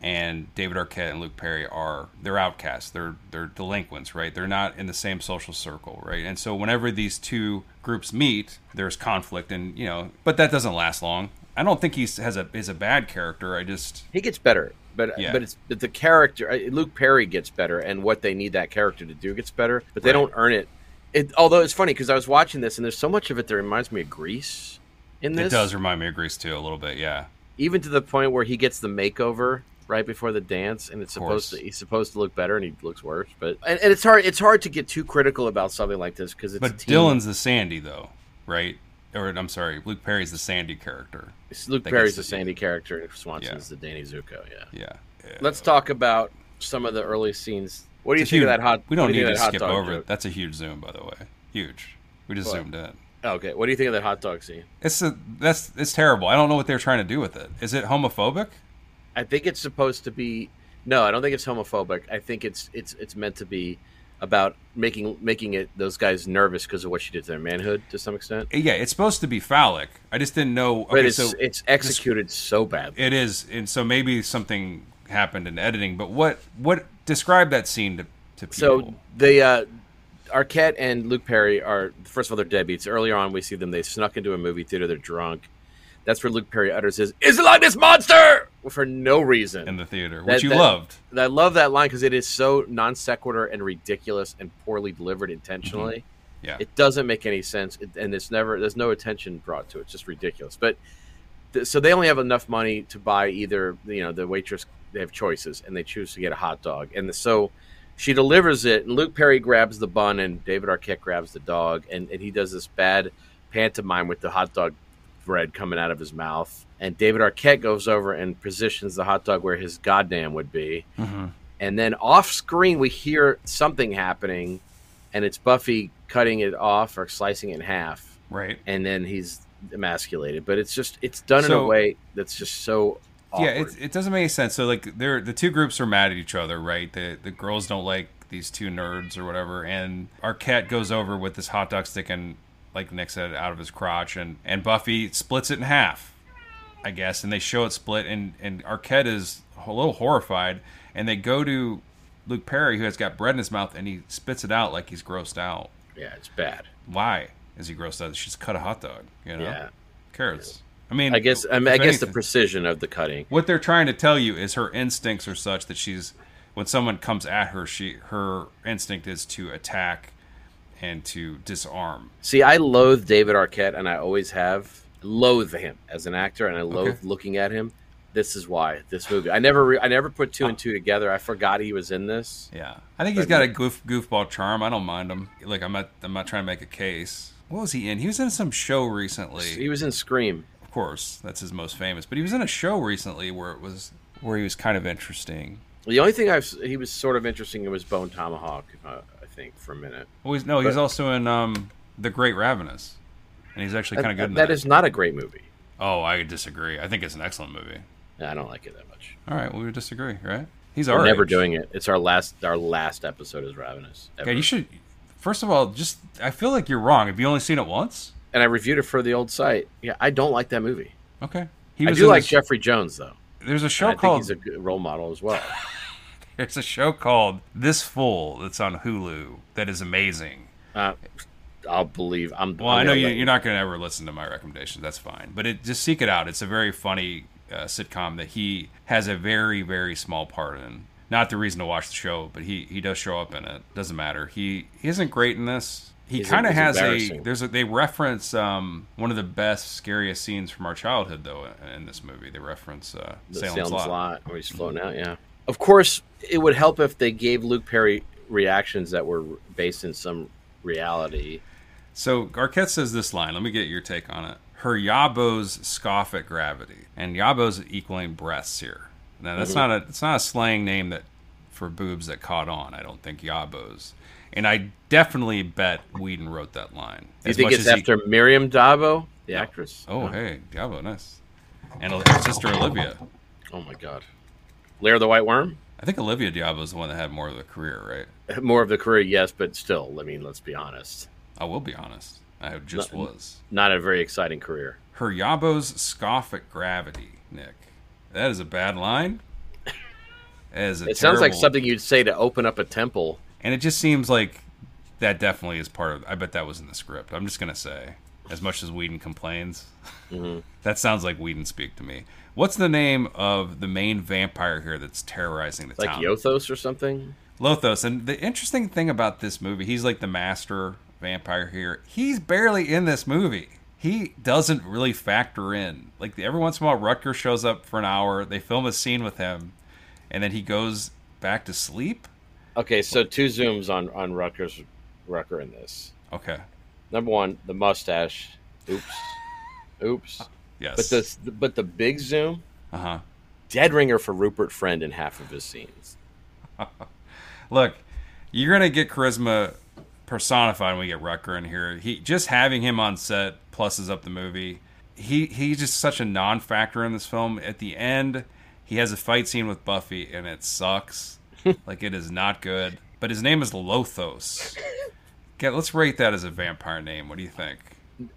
and David Arquette and Luke Perry are they're outcasts. They're they're delinquents, right? They're not in the same social circle, right? And so whenever these two groups meet, there's conflict, and you know, but that doesn't last long. I don't think he's has a is a bad character. I just
He gets better, but
Yeah.
but it's but the character uh, Luke Perry gets better, and what they need that character to do gets better, but they
Right.
don't earn it. it. Although it's funny because I was watching this, and there's so much of it that reminds me of Grease. In this,
it does remind me of Grease too a little bit. Yeah,
even to the point where he gets the makeover right before the dance and it's
Of course.
supposed to he's supposed to look better and he looks worse but and, and it's hard it's hard to get too critical about something like this because it's a
but
team.
Dylan's the Sandy though, right? Or I'm sorry, Luke Perry's the Sandy character.
It's luke
that
perry's
gets
the
the-
sandy character and swanson's the danny zuko yeah.
Yeah.
let's talk about some of the early scenes what do you
It's a
think
huge-
of that hot
We don't
what do
need
you think
to
of that hot
skip
dog
over
joke?
it. That's a huge zoom, by the way. Huge. We just
What?
zoomed in.
okay what do you think of that hot dog scene
It's a, that's it's terrible. I don't know what they're trying to do with it. Is it homophobic?
I think it's supposed to be. No, I don't think it's homophobic. I think it's it's it's meant to be about making making it those guys nervous because of what she did to their manhood to some extent.
Yeah, it's supposed to be phallic. I just didn't know.
But
Okay,
it's
so
it's executed so badly.
it is, and so maybe something happened in editing. But what what describe that scene to to people?
So they uh, Arquette and Luke Perry are first of all they're deadbeats. Earlier on, we see them. They snuck into a movie theater. They're drunk. That's where Luke Perry utters his "Is it like this monster?" for no reason.
in the theater,
That-
which you
that-
loved.
I love that line because it is so non sequitur and ridiculous and poorly delivered intentionally.
Yeah.
it doesn't make any sense, it, and it's never there's no attention brought to it. It's just ridiculous. But th- so they only have enough money to buy either you know the waitress they have choices, and they choose to get a hot dog, and so she delivers it, and Luke Perry grabs the bun, and David Arquette grabs the dog, and, and he does this bad pantomime with the hot dog bread coming out of his mouth. And David Arquette goes over and positions the hot dog where his goddamn would be.
Mhm.
And then off screen, we hear something happening, and it's Buffy cutting it off or slicing it in half,
Right.
and then he's emasculated. But it's just it's done in
So-
a way that's just so awkward.
Yeah, it, it doesn't make any sense. So like, they're the two groups are mad at each other, right? The the girls don't like like these two nerds or whatever. And Arquette goes over with this hot dog sticking, like Nick said, out of his crotch, and and Buffy splits it in half, I guess. And they show it split, and and Arquette is a little horrified, and they go to Luke Perry, who has got bread in his mouth, and he spits it out like he's grossed out.
Yeah, it's bad.
Why is he grossed out? She's cut a hot dog, you know?
Yeah.
Carrots. I mean,
I guess I, mean,
if
I guess the
anything-
precision of the cutting.
what they're trying to tell you is her instincts are such that she's when someone comes at her she her instinct is to attack and to disarm
See, I loathe David Arquette, and I always have loathe him as an actor, and I loathe
Okay.
looking at him. This is why this movie. I never, re- I never put two and two together. I forgot he was in this.
yeah i think he's got a goof goofball charm i don't mind him like i'm not i'm not trying to make a case what was he in he was in some show recently
He was in Scream.
of course that's his most famous but he was in a show recently where it was where he was kind of interesting
The only thing I have he was sort of interesting in was Bone Tomahawk. Uh, I think for a minute.
well, he's, no he's also in um the great ravenous and he's actually kind of good in that,
that is not a great movie.
oh i disagree i think it's an excellent movie
I don't like it that much.
all right well we disagree right he's
We're
our
never
age.
doing it. It's our last. Our last episode is Ravenous. ever.
Yeah, you should. First of all, just I feel like you're wrong. Have you only seen it once?
And I reviewed it for the old site. Yeah, I don't like that movie.
Okay. He
I do
in
like
this-
Jeffrey Jones though.
There's a show
I think
called
he's a good role model as well.
There's a show called This Fool that's on Hulu that is amazing.
Uh, I'll believe. I'm.
Well,
I'm
I know
gonna
you,
let
you're not going to ever listen to my recommendations. That's fine, but it, just seek it out. It's a very funny uh, sitcom that he has a very very small part in. Not the reason to watch the show, but he he does show up in it. Doesn't matter. He he isn't great in this. He
He's-
kind of
he's
has a
embarrassing.
there's a, they reference um, one of the best scariest scenes from our childhood though in, in this movie. They reference uh,
the
Salem's,
Salem's
Lot.
Lot where he's floating out. Yeah. Of course, it would help if they gave Luke Perry reactions that were based in some reality.
So Arquette says this line. Let me get your take on it. Her yabos scoff at gravity, and yabos equaling breasts here. Now
Mhm.
that's not a it's not a slang name that for boobs that caught on. I don't think yabos, and I definitely bet Whedon wrote that line.
Do you
As
think
much
it's
as he-
after Miriam Dabo, the actress?
oh hey, yabo, nice, and her sister Olivia.
Oh my God. Lair the White Worm.
I think Olivia Diablo's the one that had more of the career, right?
More of the career, yes, but still, I mean, let's be honest,
I will be honest. I just
Not-
was.
not a very exciting career.
Her yabos scoff at gravity, Nick. That is a bad line. That is a
It sounds like
terrible-
something you'd say to open up a temple.
And it just seems like that definitely is part of. I bet that was in the script. I'm just gonna say, as much as Whedon complains,
Mm-hmm.
that sounds like Whedon speak to me. What's the name of the main vampire here that's terrorizing the
like
town?
Yothos or something.
Lothos. And the interesting thing about this movie, he's like the master vampire here. He's barely in this movie. He doesn't really factor in. Like every once in a while, Rutger shows up for an hour. They film a scene with him, and then he goes back to sleep.
Okay, so two zooms on on Rutgers Rucker in this.
Okay.
Number one, the mustache. Oops, oops.
Yes.
But this, but the big zoom,
Uh huh.
dead ringer for Rupert Friend in half of his scenes.
Look, you're gonna get charisma personified when we get Rucker in here. He just having him on set pluses up the movie. He he's just such a non-factor in this film. At the end, he has a fight scene with Buffy, and it sucks. like it is not good. But his name is Lothos. Okay, let's rate that as a vampire name. What do you think?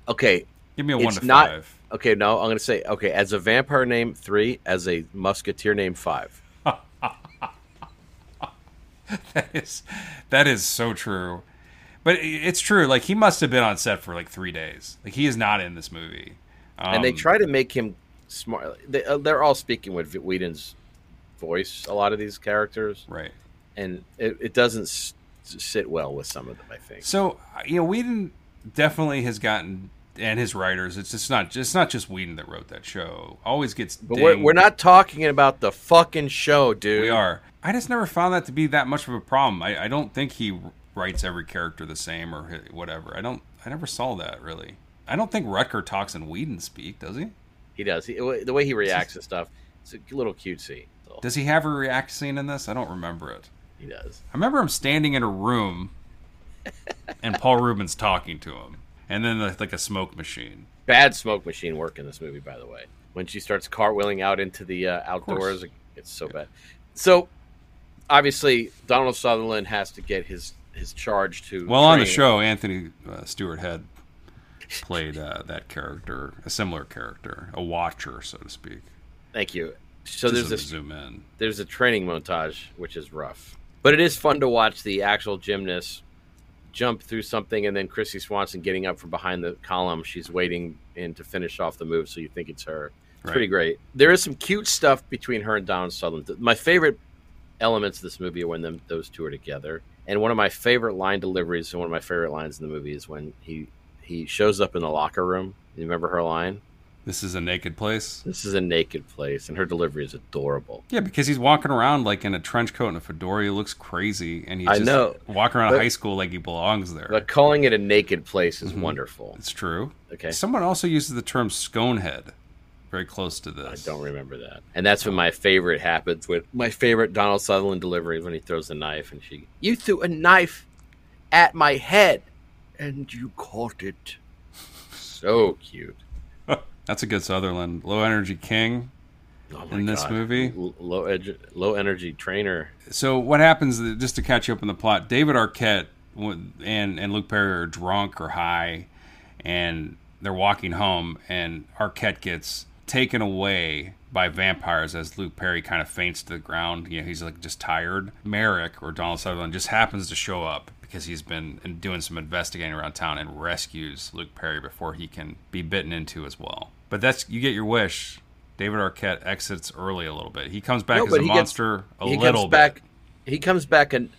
Okay,
Give me a one
it's
to
not.
five.
Okay, no, I'm gonna say okay as a vampire name three, as a musketeer name five.
That is that is so true. But i- it's true. Like he must have been on set for like three days. Like he is not in this movie. Um,
and they try to make him smart. They, uh, they're all speaking with Whedon's voice. A lot of these characters,
right.
and it, it doesn't s- sit well with some of them. I think.
So uh, you know, Whedon definitely has gotten and his writers. It's just not it's not just Whedon that wrote that show. Always gets.
But we're,
dinged.
we're not talking about the fucking show, dude.
We are. I just never found that to be that much of a problem. I, I don't think he writes every character the same or hi- whatever. I don't. I never saw that really. I don't think Rutger talks in Whedon speak, does he?
He does. He, the way he reacts to stuff, it's a little cutesy. So
Does he have a react scene in this? I don't remember it.
he does.
I remember him standing in a room, and Paul Rubens talking to him, and then like, like a smoke machine.
Bad smoke machine work in this movie, by the way. When she starts cartwheeling out into the uh, outdoors, it's so bad. So obviously Donald Sutherland has to get his his charge to
Well, on the
train.
show, Anthony uh, Stewart had played uh, that character, a similar character, a watcher, so to speak.
Thank you. So
Just
there's
as a
this
zoom in.
there's a training montage which is rough, but it is fun to watch the actual gymnast jump through something and then Chrissy Swanson getting up from behind the column. She's waiting in to finish off the move, so you think it's her. It's
Right.
pretty great. There is some cute stuff between her and Donald Sutherland. Th- My favorite elements of this movie are when them those two are together. And one of my favorite line deliveries and one of my favorite lines in the movie is when he he shows up in the locker room. You remember her line?
This is a naked place.
This is a naked place, and her delivery is adorable.
Yeah, because he's walking around like in a trench coat and a fedora. He looks crazy, and he's
I
just
know.
walking around
But-
high school like he belongs there.
But calling it a naked place is
Mhm.
wonderful.
it's true.
Okay.
Someone also uses the term sconehead, very close to
I
this.
don't remember that. And that's when my favorite happens with my favorite Donald Sutherland delivery is when he throws a knife and she You threw a knife at my head and you caught it. So cute.
That's a good Sutherland. Low energy king.
Oh
In this movie?
L- low edge, low energy trainer.
So what happens? Just to catch you up on the plot, David Arquette and and Luke Perry are drunk or high, and they're walking home, and Arquette gets taken away by vampires as Luke Perry kind of faints to the ground. You know, he's like just tired. Merrick or Donald Sutherland just happens to show up because he's been and doing some investigating around town and rescues Luke Perry before he can be bitten into as well. But that's you get your wish. David Arquette exits early a little bit. He comes back
No,
as
but
a
he gets-
monster a
he
little
comes
bit.
back he comes back and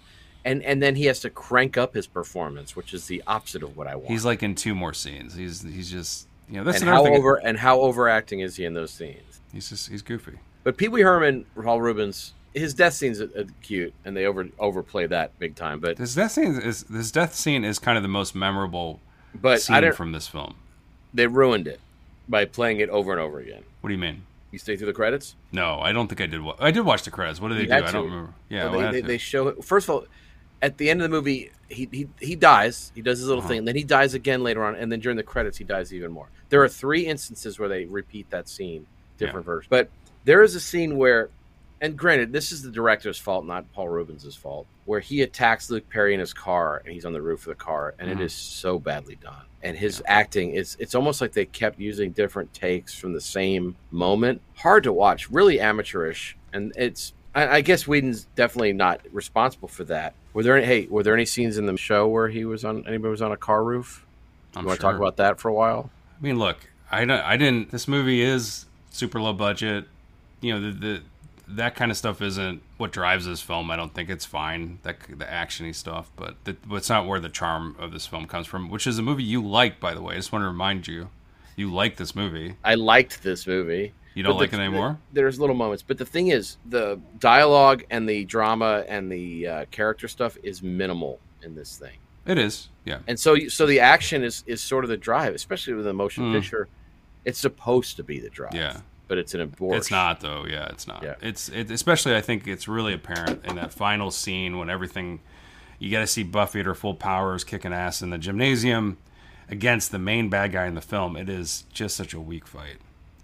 and and then he has to crank up his performance, which is the opposite of what I want.
He's like in two more scenes. He's he's just you know that's
and
another
how
thing.
over and how overacting is he in those scenes?
he's just he's goofy.
But Pee Wee Herman, Paul Rubens, his death scenes are, are cute, and they over overplay that big time. But
This death scene is this death scene is kind of the most memorable
but I
scene
don't.
from this film.
they ruined it by playing it over and over again.
What do you mean?
You stay through the credits.
No, I don't think I did. Wa- I did watch the credits. What do they
You
do?
had
I
to.
don't remember. Yeah,
Well,
well, I had
they, they,
to.
they show it. First of all, at the end of the movie, he he, he dies. He does his little
Uh-huh.
thing, and then he dies again later on, and then during the credits, he dies even more. There are three instances where they repeat that scene, different versions. But there is a scene where, and granted, this is the director's fault, not Paul Rubens' fault, where he attacks Luke Perry in his car, and he's on the roof of the car, and it
Mhm.
is so badly done. And his acting, it's it's almost like they kept using different takes from the same moment. Hard to watch, really amateurish, and it's. I, I guess Whedon's definitely not responsible for that. Were there any? Hey, were there any scenes in the show where he was on anybody was on a car roof?
I'm
you want to
sure.
talk about that for a while?
I mean, look, I don't. I didn't. This movie is super low budget. You know, the, the that kind of stuff isn't what drives this film. I don't think it's fine. That c- the actiony stuff, but the, but it's not where the charm of this film comes from. Which is a movie you like, by the way. I just want to remind you, you like this movie.
I liked this movie.
You don't
But
like
the-
it anymore.
there's little moments, but the thing is, the dialogue and the drama and the uh, character stuff is minimal in this thing,
It is. Yeah.
and so you- so the action is is sort of the drive, especially with a motion
Mm.
picture. It's supposed to be the drive,
Yeah.
but it's an abort.
It's not though. Yeah, it's not.
Yeah.
It's it, especially I think it's really apparent in that final scene when everything you got to see Buffy at her full powers kicking ass in the gymnasium against the main bad guy in the film. It is just such a weak fight.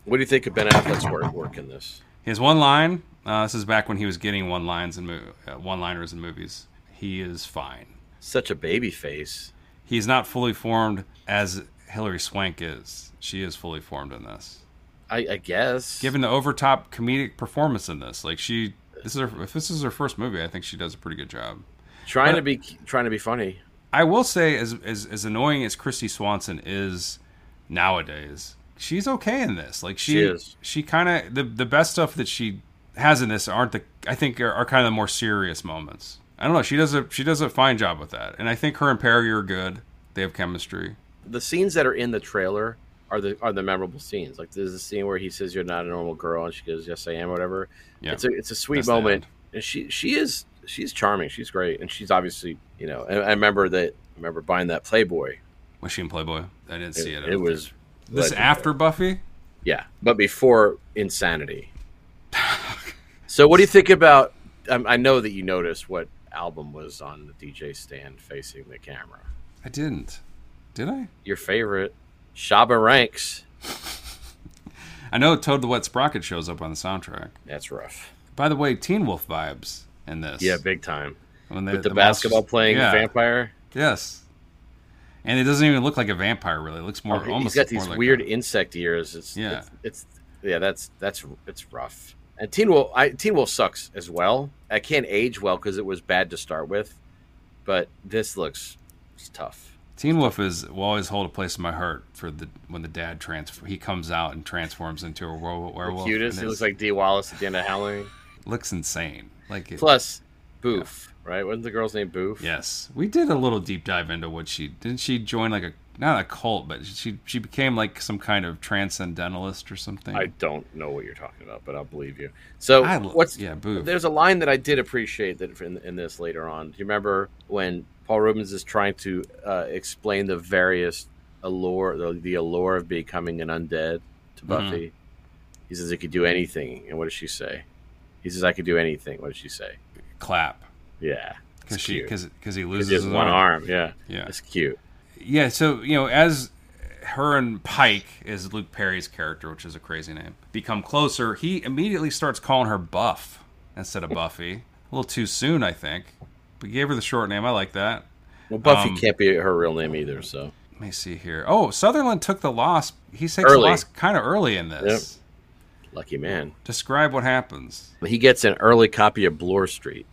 What do you think of Ben Affleck's work, work in this?
He has one line. Uh, this is back when he was getting one lines and mo- uh, one liners in movies. He is fine.
Such a baby face.
He's not fully formed as Hilary Swank is. She is fully formed in this.
I, I guess.
Given the overtop comedic performance in this, like she, this is her, if this is her first movie, I think she does a pretty good job.
trying to be trying to be funny,
I will say, as as, as annoying as Christy Swanson is nowadays, she's okay in this. Like she,
She is.
She kind of the the best stuff that she has in this aren't the I think are, are kind of the more serious moments. I don't know. She does a she does a fine job with that, and I think her and Perry are good. They have chemistry.
the scenes that are in the trailer are the are the memorable scenes. Like there's a scene where he says you're not a normal girl and she goes yes I am or whatever.
Yeah.
It's a it's a sweet
That's the
moment.
end.
And she she is she's charming. She's great and she's obviously, you know, and I remember that I remember buying that Playboy.
Was she in Playboy? I didn't
It,
see it. I
it
don't
was
think. this
legendary.
after Buffy.
yeah, but before Insanity. so what do you think about um, I know that you noticed what album was on the DJ stand facing the camera.
I didn't. Did I?
Your favorite Shaba Ranks.
I know Toad the Wet Sprocket shows up on the soundtrack.
That's rough.
By the way, Teen Wolf vibes. in this.
Yeah, big time.
When they-
With the,
mouse-
basketball playing
yeah,
vampire.
Yes. And it doesn't even look like a vampire, really. It looks more
Oh, he-
almost
he's got
more
these
like
weird
a-
insect ears. It's,
Yeah.
it's it's yeah, that's that's it's rough. And Teen Wolf, I, Teen Wolf sucks as well. I can't age well because it was bad to start with, but this looks it's tough.
Teen Wolf is will always hold a place in my heart for the when the dad trans he comes out and transforms into a were- werewolf.
the cutest.
and
It looks
it's-
like D Wallace at the end of Halloween.
looks insane. Like it,
Plus, Boof, right? Wasn't the girl's name Boof?
yes, we did a little deep dive into what she didn't. She join like a not a cult, but she she became like some kind of transcendentalist or something.
I don't know what you're talking about, but I'll believe you. So
I lo-
what's
yeah, boo.
There's a line that I did appreciate that in, in this later on. Do you remember when Paul Rubens is trying to uh, explain the various allure, the, the allure of becoming an undead to
Mm-hmm.
Buffy? He says it could do anything, and what does she say? He says I could do anything. What does she say?
clap
Yeah,
because she
because
because he
it's
loses
just
his
one
arm.
arm. Yeah,
Yeah.
it's cute.
Yeah, so you know, as her and Pike is Luke Perry's character, which is a crazy name, become closer, he immediately starts calling her Buff instead of Buffy. A little too soon, I think. But he gave her the short name. I like that.
Well, Buffy
Um,
can't be her real name either, so
Let me see here. Oh, Sutherland took the loss. He takes the
Early.
loss kind of early in this.
lucky man.
Describe what happens.
He gets an early copy of Bloor Street.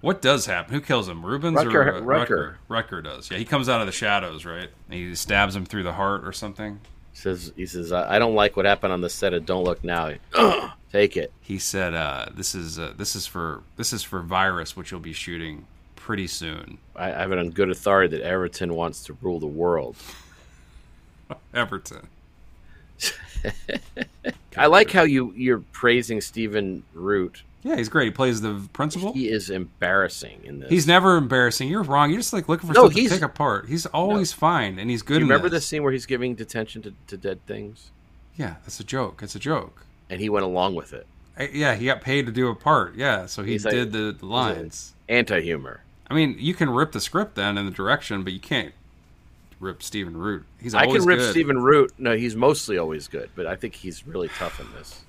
What does happen? Who kills him? Rubens
Rucker-
or uh,
Rucker.
Rucker? Rucker does. Yeah, he comes out of the shadows, right? And he stabs him through the heart or something.
says he says I I don't like what happened on the set of Don't Look Now. Take it.
he said uh, this is uh, this is for this is for virus which you'll be shooting pretty soon
I I have it on good authority that Everton wants to rule the world.
everton
I like how you you're praising Stephen Root.
yeah he's great he plays the principal
He is embarrassing in this.
he's never embarrassing you're wrong you're just like looking for
No,
something
he's-
to pick apart he's always fine and he's
Do
good
you
in
remember the
this.
scene where he's giving detention to, to dead things,
yeah that's a joke it's a joke
and he went along with it.
I, yeah he got paid to do a part yeah so he
He's like-
did the, the lines
Anti humor.
i mean you can rip the script then in the direction but you can't rip Stephen root he's
I
always
can rip
good.
Stephen Root. No, he's mostly always good, but I think he's really tough in this.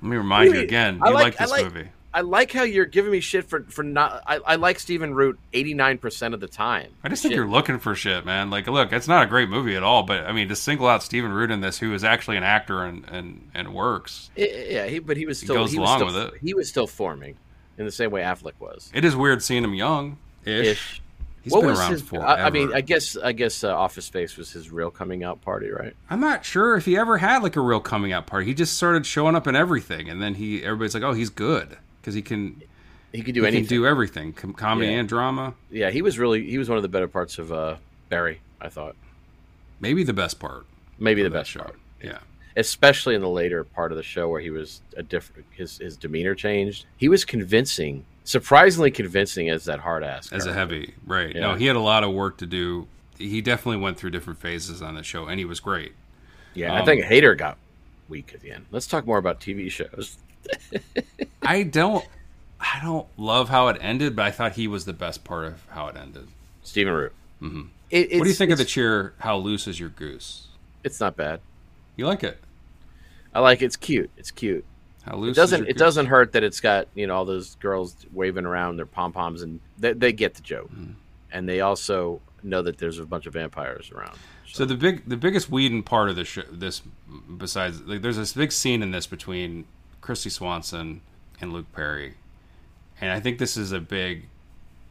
let me remind you
Really?
again
I
you
like-
like
I
this
like-
movie
I like how you're giving me shit for for not. I, I like Stephen Root eighty nine percent of the time.
I just think you're looking for shit, man. Like, look, it's not a great movie at all, but I mean, to single out Stephen Root in this, who is actually an actor and and, and works,
Yeah, he, but he was still
goes
he was
along
still,
with it.
He was still forming in the same way Affleck was.
it is weird seeing him young ish.
Ish.
He's been around
his?
forever.
I, I mean, I guess I guess uh, Office Space was his real coming out party, right?
am not sure if he ever had like a real coming out party. He just started showing up in everything, and then he everybody's like, oh, he's good because he can
He could do
do he
anything.
can do everything, com- comedy
Yeah.
and drama.
yeah, he was really he was one of the better parts of uh, Barry. I thought
Maybe the best part.
maybe the
of that
best
show.
part,
Yeah.
especially in the later part of the show where he was a different. His his demeanor changed. He was convincing, surprisingly convincing as that hard ass.
as
character.
a heavy right
Yeah.
no he had a lot of work to do he definitely went through different phases on the show and he was great
yeah, I
um,
think Hater got weak at the end. Let's talk more about TV shows.
i don't i don't love how it ended but i thought he was the best part of how it ended
Stephen Root. It,
Mm-hmm. what do you
it's-
think of the
it's-
cheer how loose is your goose
It's not bad.
you like it
I like it. it's cute. It's cute.
how loose
It doesn't
is your
it
goose?
doesn't hurt that it's got you know all those girls waving around their pom poms and they, they get the joke,
Mm.
and they also know that there's a bunch of vampires around.
so the big the biggest Whedon part of the show this besides like there's this big scene in this between Christy Swanson and Luke Perry and I think this is a big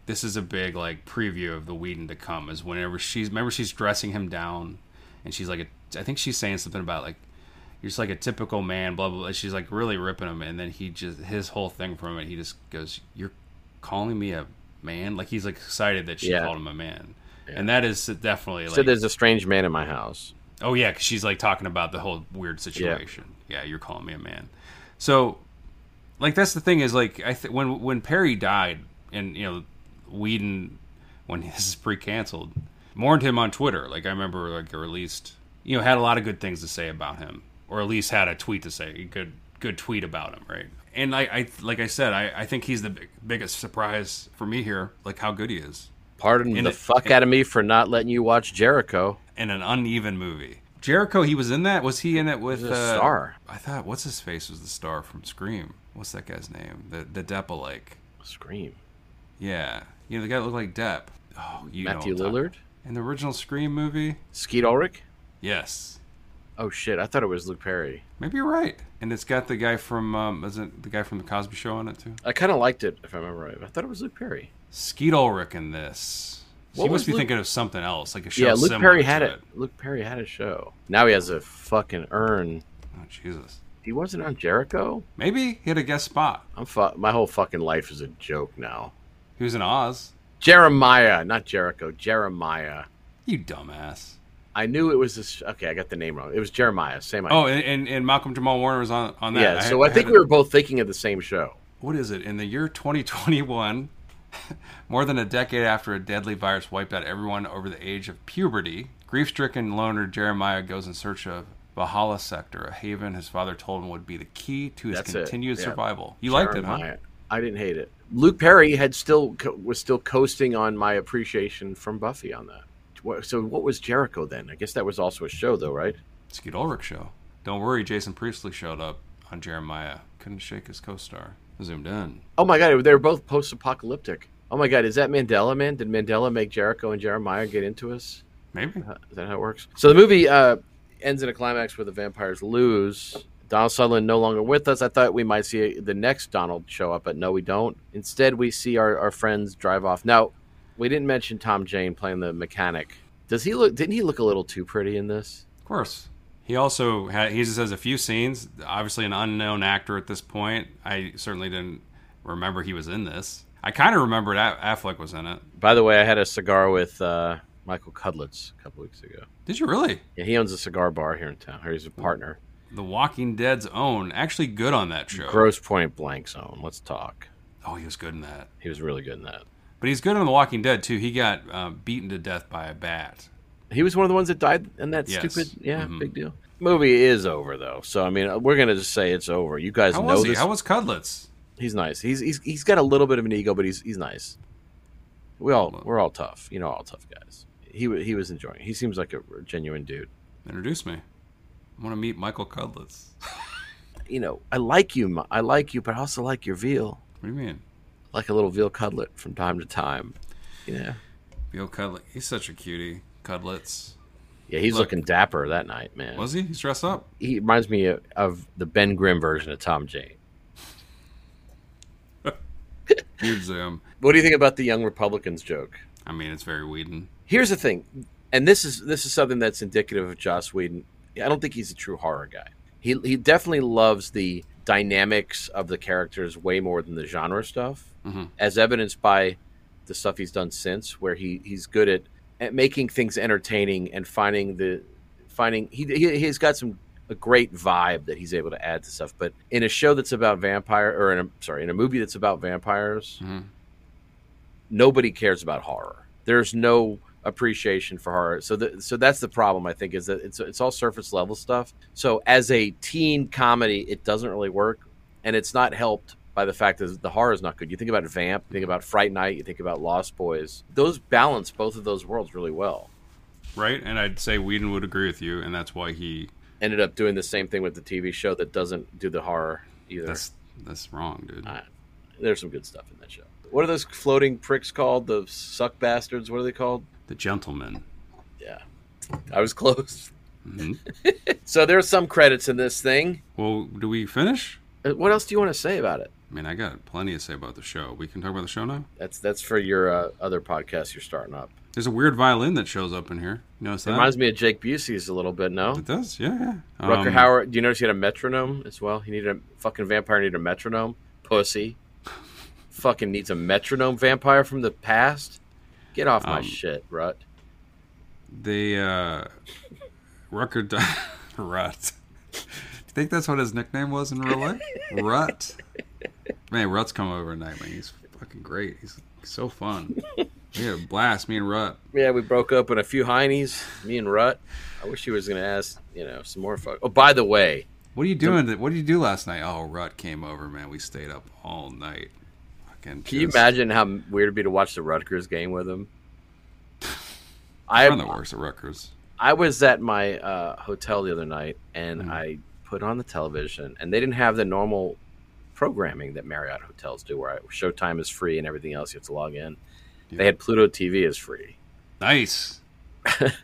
this is a big like preview of the Whedon to come is whenever she's remember she's dressing him down and she's like a, I think she's saying something about like you're just like a typical man blah blah, blah. she's like really ripping him and then he just his whole thing from it he just goes you're calling me a man like he's like excited that she
Yeah.
called him a man and that is definitely like
so there's a strange man in my house.
Oh yeah, 'cause she's like talking about the whole weird situation. Yeah. you're calling me a man. So, like that's the thing is like I th- when when Perry died and you know Whedon when this is pre-canceled mourned him on Twitter. Like I remember like it released you know had a lot of good things to say about him, or at least had a tweet to say a good good tweet about him, right? And I, I like I said, I, I think he's the big, biggest surprise for me here, like how good he is
Pardon
And
the
it-
fuck out of me for not letting you watch Jericho.
in an uneven movie. Jericho, he was in that. Was he in it with uh,
He was a star.
I thought what's his face was the star from Scream. what's that guy's name? The the Depp alike.
Scream.
Yeah, you know the guy that looked like Depp. Oh, you know
Matthew
what I'm talking-
Lillard?
in the original Scream movie.
Skeet Ulrich?
Yes,
Oh shit, I thought it was Luke Perry.
maybe you're right. And it's got the guy from um, isn't the guy from the Cosby Show on it too?
I kind of liked it, if I remember right. I thought it was Luke Perry.
Skeet Ulrich in this. So
What
you
was
must be
Luke-
thinking of something else, like a show.
Yeah, Luke
similar
Perry
to
had it. Luke Perry had a show. Now he has a fucking urn.
Oh Jesus,
He wasn't on Jericho.
maybe he had a guest spot.
I'm fu- my whole fucking life is a joke now.
He was in Oz.
Jeremiah, not Jericho. Jeremiah.
You dumbass.
I knew it was this. Okay, I got the name wrong. It was Jeremiah. Same. idea.
Oh, and, and, and Malcolm Jamal Warner was on on that.
yeah. so I,
had
think
it-
we were both thinking of the same show.
what is it in the year 2021 more than a decade after a deadly virus wiped out everyone over the age of puberty grief-stricken loner jeremiah goes in search of valhalla sector a haven his father told him would be the key to his
That's it,
continued
yeah.
survival you liked it huh
Jeremiah. I didn't hate it. Luke Perry had still co- was still coasting on my appreciation from Buffy on that. What- So what was Jericho then? I guess that was also a show though, right?
skeet ulrich show don't worry jason priestley showed up on jeremiah couldn't shake his co-star zoomed in
Oh my god, they were both post-apocalyptic. Oh my god, is that Mandela Man? Did Mandela make Jericho and Jeremiah get into us?
maybe
Is that how it works? So the movie uh, ends in a climax where the vampires lose. Donald Sutherland no longer with us. I thought we might see the next Donald show up, but no, we don't. Instead, we see our, our friends drive off. Now, we didn't mention Tom Jane playing the mechanic. Does he look? Didn't he look a little too pretty in this?
Of course. He also had, he just has a few scenes. Obviously, an unknown actor at this point. I certainly didn't remember he was in this. I kind of remembered A- Affleck was in it.
By the way, I had a cigar with uh, Michael Cudlitz a couple weeks ago.
Did you really?
Yeah, he owns a cigar bar here in town. Or he's a partner.
The Walking Dead's own actually good on that show.
Gross Point Blank Zone. Let's talk.
Oh, he was good in that.
He was really good in that.
But he's good on The Walking Dead too. He got uh, beaten to death by a bat.
He was one of the ones that died in that
Yes.
stupid. Yeah,
Mhm.
big deal. Movie is over though, so I mean, uh, we're gonna just say it's over. You guys
How
know
was he?
this.
How was Cudlitz?
He's nice. He's, he's he's got a little bit of an ego, but he's he's nice. We all we're all tough, you know, all tough guys. He wa- he was enjoying. It. He seems like a genuine dude.
Introduce me. I want to meet Michael Cudlitz.
You know, I like you. Ma- I like you, but I also like your veal,
What do you mean?
like a little veal cutlet from time to time. Yeah,
Bill Cudlitz. He's such a cutie. Cudlitz.
yeah. He's
Look.
looking dapper that night, man.
Was he? He's dressed up.
he reminds me of, of the Ben Grimm version of Tom Jane.
Weird zoom.
What do you think about the young Republicans joke?
I mean, it's very Whedon.
here's the thing, and this is this is something that's indicative of Joss Whedon. I don't think he's a true horror guy. He he definitely loves the dynamics of the characters way more than the genre stuff,
Mhm.
as evidenced by the stuff he's done since, where he he's good at, at making things entertaining and finding the finding he, he he's got some a great vibe that he's able to add to stuff. But in a show that's about vampire, or in a sorry, in a movie that's about vampires,
Mhm.
nobody cares about horror. There's no appreciation for horror. So the, so that's the problem I think is that it's it's all surface level stuff. So as a teen comedy, it doesn't really work and it's not helped by the fact that the horror is not good. You think about Vamp, you think about Fright Night, you think about Lost Boys. Those balance both of those worlds really well.
right? And I'd say Whedon would agree with you, and that's why he.
Ended up doing the same thing with the TV show that doesn't do the horror either.
That's that's wrong, dude.
I- There's some good stuff in that show. What are those floating pricks called? The suck bastards? What are they called?
The gentleman.
Yeah. I was close.
Mhm.
So there's some credits in this thing.
well, do we finish?
Uh, What else do you want to say about it?
I mean, I got plenty to say about the show. We can talk about the show now.
That's that's for your uh, other podcast you're starting up.
There's a weird violin that shows up in here. You notice
It
that?
reminds me of Jake Busey's a little bit. No,
it does. Yeah, yeah. Um,
Rucker Howard. Do you notice he had a metronome as well? He needed a fucking vampire needed a metronome. Pussy. fucking needs a metronome vampire from the past. Get off my
Um,
shit, Rut.
The uh, Rucker D- Rut. You think that's what his nickname was in real life? Rut. Man, Rut's come over at Nightwing. He's fucking great. He's so fun. We had a blast. Me and Rut.
Yeah, we broke up in a few heinies. Me and Rut. I wish he was gonna ask, you know, some more fuck. Oh, by the way,
What are you doing? that what did you do last night? Oh, Rut came over, man. We stayed up all night. Fucking
Can you
just-
imagine how weird it'd be to watch the Rutgers game with him? I
One of the worst at Rutgers.
I was at my uh, hotel the other night and I put on the television and they didn't have the normal programming that Marriott hotels do, where Showtime is free and everything else you have to log in. They had Pluto TV as free,
Nice.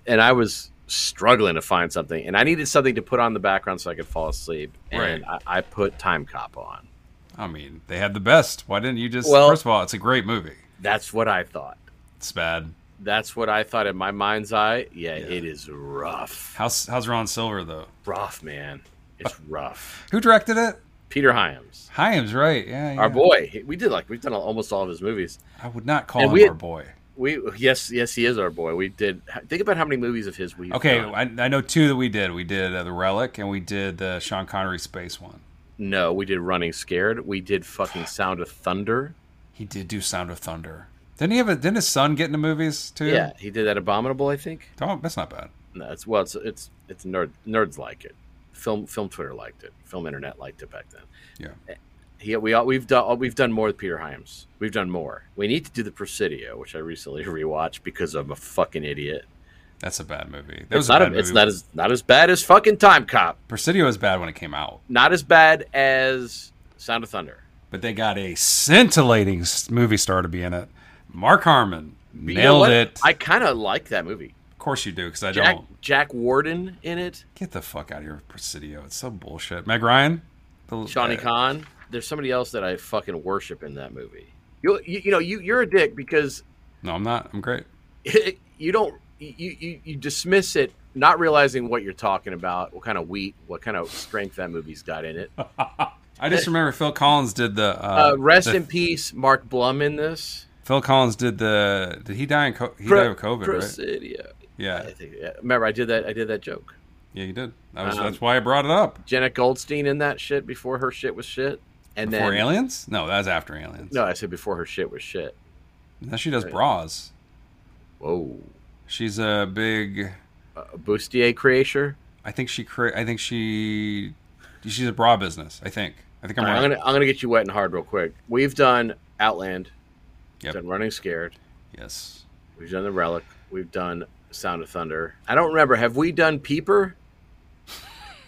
and I was struggling to find something, and I needed something to put on the background so I could fall asleep. And I, I put Time Cop on.
I mean, they had the best. Why didn't you just?
Well-
first of all, it's a great movie.
That's what I thought.
It's bad.
That's what I thought in my mind's eye. Yeah, it is rough,
How's how's Ron Silver though?
rough, man. It's rough.
Who directed it?
Peter Hyams,
Hyams, right? Yeah, yeah.
our boy. He- We did like we've done almost all of his movies.
I would not call
And
him
we-
our boy.
We yes, yes, he is our boy. We did. Think about how many movies of his we.
Okay, I, I know two that we did. We did uh, the Relic, and we did the Sean Connery space one.
no, we did Running Scared. We did fucking Sound of Thunder.
He did do Sound of Thunder. Didn't he have a? Didn't his son get into movies too?
Yeah, he did that Abominable. I think.
Don't, that's not bad.
No, it's well, it's it's it's nerd nerds like it. Film film Twitter liked it. Film internet liked it back then.
Yeah.
He, we all, we've done we've done more with Peter Hyams. We've done more. We need to do the Presidio, which I recently rewatched because I'm a fucking idiot.
That's a bad movie. That
It's
was a
not
bad
a,
movie.
it's not as not as bad as fucking Time Cop.
Presidio was bad when it came out,
Not as bad as Sound of Thunder.
but they got a scintillating s- movie star to be in it. Mark Harmon
But
nailed
you know what?
it.
I kind of like that movie.
of course you do, because I
Jack
don't.
Jack Warden in it.
Get the fuck out of here, Presidio. It's so bullshit. Meg Ryan, the,
Shawnee
uh,
Khan. There's somebody else that I fucking worship in that movie. You you, you know you you're a dick because
No, I'm not. I'm great.
you don't you, you you dismiss it not realizing what you're talking about what kind of wheat what kind of strength that movie's got in it
Uh-huh.
uh,
I just remember Phil Collins did the. Uh,
rest
the-
in peace mark blum in this
Phil Collins did the. Did he die in? Co- he died of COVID, right?
Presidio. I
Yeah,
think, yeah. remember i did that i did that joke
yeah, he did. That was,
Um,
that's why I brought it up.
janet goldstein in that shit before her shit was shit and
Before
then
Aliens? No, that was after Aliens.
no i said before her shit was shit
Now she does bras.
whoa
She's a big.
uh, bustier creature
I think she. Cre- I think she. She's a bra business. I think. I think I'm
All right,
right.
i'm gonna i'm gonna get you wet and hard real quick we've done outland
Yep.
done running scared
Yes.
We've done the Relic. We've done Sound of Thunder. I don't remember. Have we done Peeper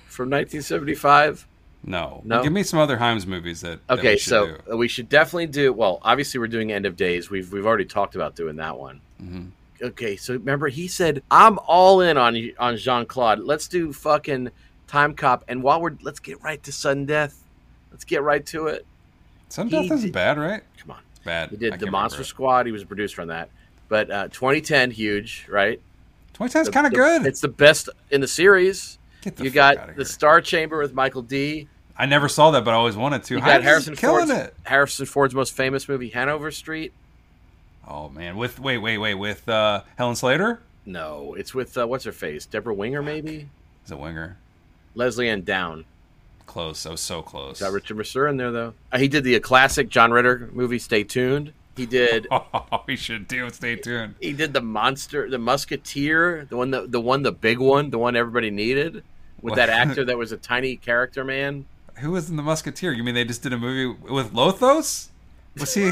from 1975?
No.
No.
Give me some other Himes movies that. that
Okay,
we should
so
do.
we should definitely do. Well, obviously we're doing End of Days. We've we've already talked about doing that one.
Mhm.
Okay, so remember he said I'm all in on on Jean Claude. Let's do fucking Time Cop. And while we're let's get right to sudden death. Let's get right to it.
Some
he
death isn't
did-
bad, right?
Come on.
Bad.
He
I
did
can't
the
remember
Monster
it.
Squad. He was a producer on that. But uh, 2010, huge, right?
2010's
The-
kind of
the-
good.
It's the best in the series.
Get the
you
fuck outta
got
here.
the Star Chamber with Michael D.
I never saw that, but I always wanted to.
You
Himes
got
is
Harrison
killing
Ford's
it.
Harrison Ford's most famous movie, Hanover Street.
Oh man, with wait, wait, wait, with uh, Helen Slater
No, it's with uh, what's her face, Deborah Winger, maybe
is a winger.
Leslie Ann Down.
Close. I was so close.
Got Richard Mercer in there though. Uh, he did the classic John Ritter movie, Stay Tuned. He did.
Oh, we should do. it. Stay tuned.
He did the monster, the Musketeer, the one, the, the one, the big one, the one everybody needed, with that actor that was a tiny character man.
Who was in the Musketeer? You mean they just did a movie with Lothos? Was he?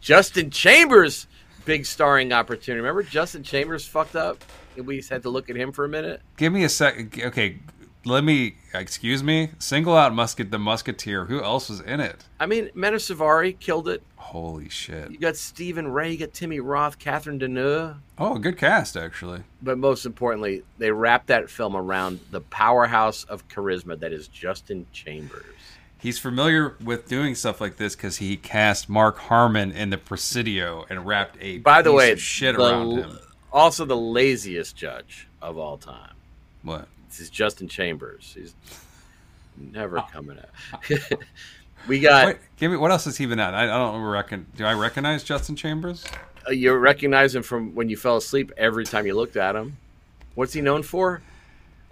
Justin Chambers, big starring opportunity. Remember Justin Chambers fucked up, and we had to look at him for a minute.
Give me a sec. Okay, let me. Excuse me. Single out Musket the Musketeer. Who else was in it?
I mean, Mena Savari killed it.
Holy shit!
You got Stephen Ray, you got Timmy Roth, Catherine Deneuve.
Oh, good cast actually.
But most importantly, they wrapped that film around the powerhouse of charisma that is Justin Chambers.
He's familiar with doing stuff like this because he cast Mark Harmon in the Presidio and wrapped a
By the
piece
way,
of shit
the-
around him.
also the laziest judge of all time.
What?
This is Justin Chambers. He's never coming out. we got
Oh. Wait, give me what else has he been at? I, I don't reckon. Do I recognize Justin Chambers?
uh, you recognize him from when you fell asleep every time you looked at him. What's he known for?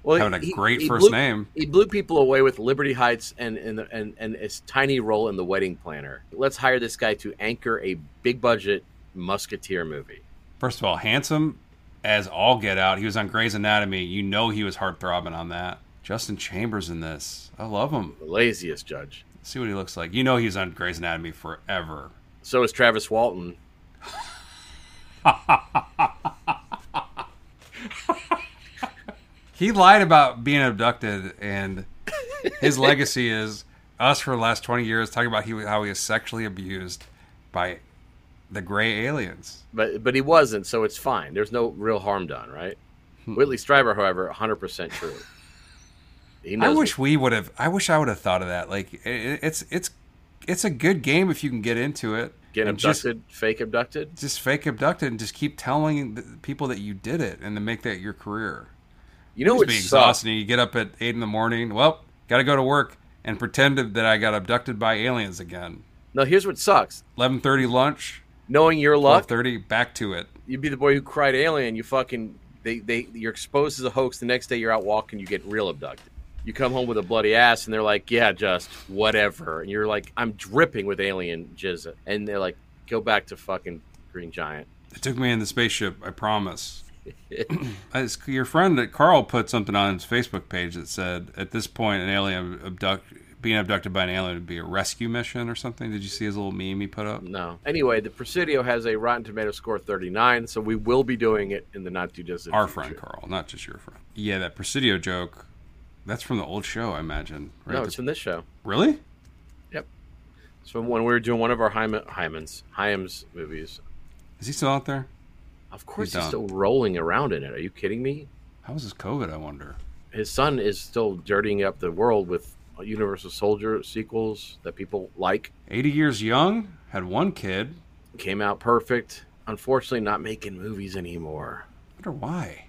Well,
Having a great first
blew-
name.
He blew people away with Liberty Heights and and and, and his tiny role in The Wedding Planner. Let's hire this guy to anchor a big budget musketeer movie.
First of all, handsome as all get out. He was on Grey's Anatomy. You know he was heartthrobbing on that. Justin Chambers in this. I love him.
The laziest judge.
See what he looks like. You know he's on Grey's Anatomy forever.
So is Travis Walton.
He lied about being abducted, and his legacy is us for the last 20 years talking about he, how he was sexually abused by the gray aliens.
But but he wasn't, so it's fine. There's no real harm done, right?
Hmm.
Whitley Strieber, however, 100% true. He
I
knows
wish we would have. I wish I would have thght of that. Like i- i it's it's it's a good game if you can get into it.
get
and just-
abducted, fake abducted.
Just, fake abducted and just keep telling the people that you did it and then make that your career.
You know
Just
what
be
Oh, sucks?
exhausting. You get up at eight in the morning. Well, got to go to work and pretend that I got abducted by aliens again.
No, here's what sucks.
Eleven thirty lunch.
Knowing your
Twelve
luck,
thirty back to it.
you'd be the boy who cried alien. You fucking they they you're exposed as a hoax. The next day you're out walking, you get real abducted. You come home with a bloody ass, and they're like, "Yeah, just whatever." And you're like, "I'm dripping with alien jizz," and they're like, "Go back to fucking Green Giant."
It took me in the spaceship. I promise. As your friend uh, Carl put something on his Facebook page that said, "At this point, an alien abduct being abducted by an alien would be a rescue mission or something." Did you see his little meme he put up?
No. Anyway, the Presidio has a Rotten Tomato score 39, so we will be doing it in the not too distant
Our
future.
friend Carl, not just your friend. Yeah, that Presidio joke. That's from the old show, I imagine. Right?
No, it's from this show.
really?
It's from when we were doing one of our Hyman, Hyman's Hyams movies.
Is he still out there?
Of course,
He's
he's,
done.
still rolling around in it. Are you kidding me?
How was his COVID? I wonder.
His son is still dirtying up the world with Universal Soldier sequels that people like.
Eighty years young, had one kid.
Came out perfect. Unfortunately, not making movies anymore.
wonder why.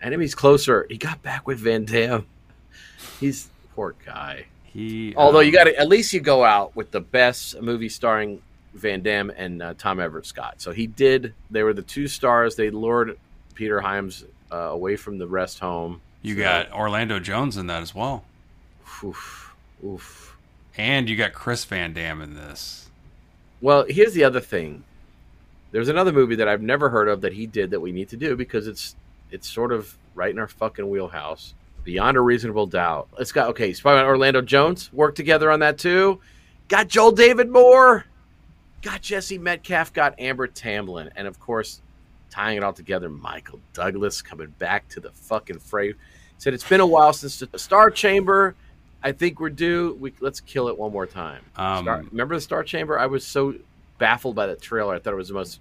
Enemies closer. He got back with Van Damme. He's poor guy.
He.
Although you
um,
got to at least you go out with the best movie starring Van Damme and uh, Tom Everett Scott. So he did. They were the two stars. They lured Peter Himes uh, away from the rest home.
You
So-
got Orlando Jones in that as well,
Oof, oof.
and you got Chris Van Dam in this.
Well, here's the other thing. There's another movie that I've never heard of that he did that we need to do because it's it's sort of right in our fucking wheelhouse. Beyond a reasonable doubt. It's got okay. Spider-Man Orlando Jones worked together on that too. Got Joel David Moore. Got Jesse Metcalf. Got Amber Tamblyn, and of course, tying it all together, Michael Douglas coming back to the fucking fray. Said it's been a while since the Star Chamber. I think we're due. We, let's kill it one more time.
Um,
Star, remember the Star Chamber? I was so baffled by the trailer. I thought it was the most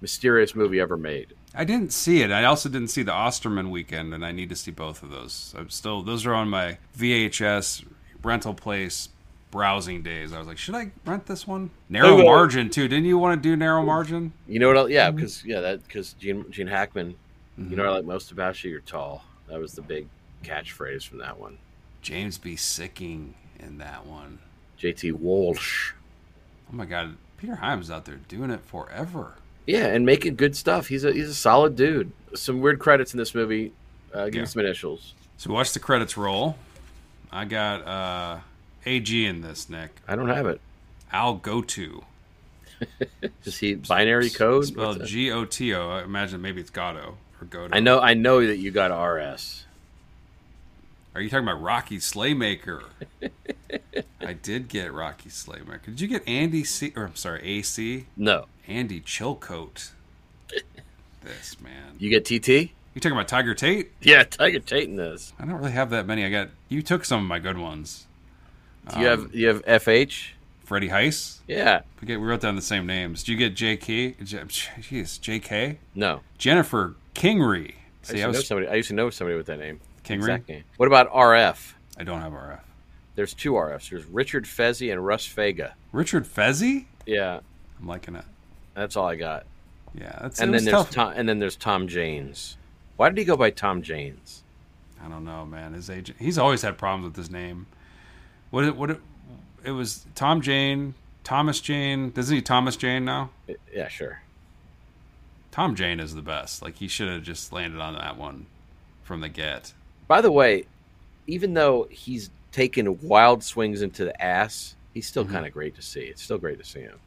mysterious movie ever made.
I didn't see it. I also didn't see the Osterman weekend, and I need to see both of those. I'm still; those are on my VHS rental place browsing days. I was like, should I rent this one? Narrow
Okay.
Margin too. Didn't you want to do Narrow Margin?
You know what? Else?
Mm-hmm.
Yeah, because yeah, that because Gene, Gene Hackman. You know what I like most about you? You're tall. That was the big catchphrase from that one.
James B. Sicking in that one.
J.T. Walsh.
Oh my God, Peter Himes out there doing it forever.
Yeah, and making good stuff. He's a he's a solid dude. Some weird credits in this movie. Uh, give
Yeah.
me some initials.
So watch the credits roll. I got uh, AG in this, Nick.
I don't have it.
Al Goto.
Is he binary code? What's
Spelled
that?
G O T O. I imagine maybe it's Goto or Goto.
I know. I know that you got RS.
Are you talking about Rocky Slaymaker? I did get Rocky Slaymaker. Did you get Andy C? Or I'm sorry, AC
No,
Andy Chilcoat. This man.
you get TT.
You talking about Tiger Tate?
Yeah, Tiger Tate in this.
I don't really have that many. I got you took some of my good ones.
Do you
Um.
have you have FH?
Freddie Heiss.
Yeah.
We get we wrote down the same names. Did you get JK? J- Jeez, JK.
No.
Jennifer Kingry. See,
I used to
I
know
was
somebody. I used to know somebody with that name.
Kingry.
Exact name. What about RF?
I don't have RF.
There's two RFs. There's Richard Fezzi and Russ Fega.
Richard Fezzi.
Yeah,
I'm liking it.
that's all I got.
Yeah, that's it
and
was
then there's
tough.
Tom. And then there's Tom Janes. Why did he go by Tom Janes?
I don't know, man. His agent, he's always had problems with his name. What it, what it, it was Tom Jane, Thomas Jane. Doesn't he Thomas Jane now?
I- Yeah, sure.
Tom Jane is the best. Like he should have just landed on that one from the get.
By the way, even though he's taken wild swings into the ass, he's
Mm-hmm.
still kind of great to see. It's still great to see him.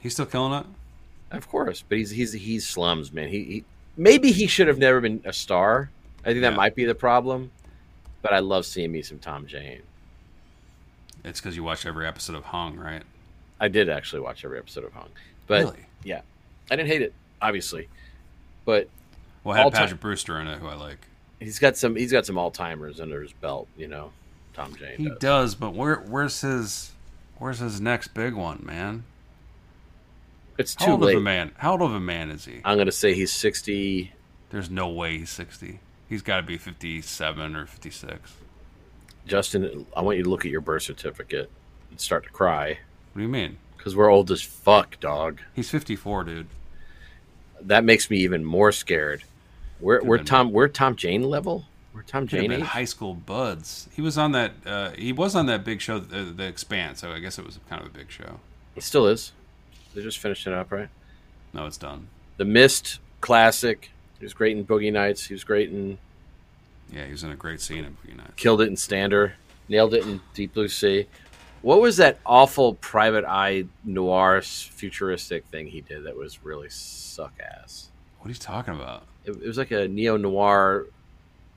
He's still killing it.
Of course, but he's he's he's slums, man. He, he maybe he should have never been a star. I think that
Yeah.
might be the problem. But I love seeing me some Tom Jane.
It's because you watched every episode of Hung, right?
I did actually watch every episode of Hung, but
Really?
yeah, I didn't hate it, obviously. But
Well, it had
All
Patrick
time-
Brewster in it, who I like.
he's got some he's got some all timers under his belt, you know. Tom Jane
He
does.
does, but where where's his where's his next big one, man?
It's
How
too
old of
late.
a man? How old of a man is he?
I'm going to say he's 60.
There's no way he's sixty. He's got to be fifty-seven or fifty-six.
Justin, I want you to look at your birth certificate and start to cry
What do you mean?
because we're old as fuck, dog.
He's fifty-four, dude.
That makes me even more scared. We're, we're
been-
Tom we're Tom Jane level. We're Tom
Could have
Jane.
been
age?
high school buds. He was on that. Uh, he was on that big show, uh, the, the Expanse. So I guess it was kind of a big show.
It still is. They just finished it up, right?
No, it's done.
The Mist classic. He was great in Boogie Nights. He was great in
Yeah, he was in a great scene in Boogie Nights.
Killed It in Stander. Nailed it in Deep Blue Sea. What was that awful Private Eye noir s- futuristic thing he did that was really suck ass?
What are you talking about?
It, it was like a neo noir.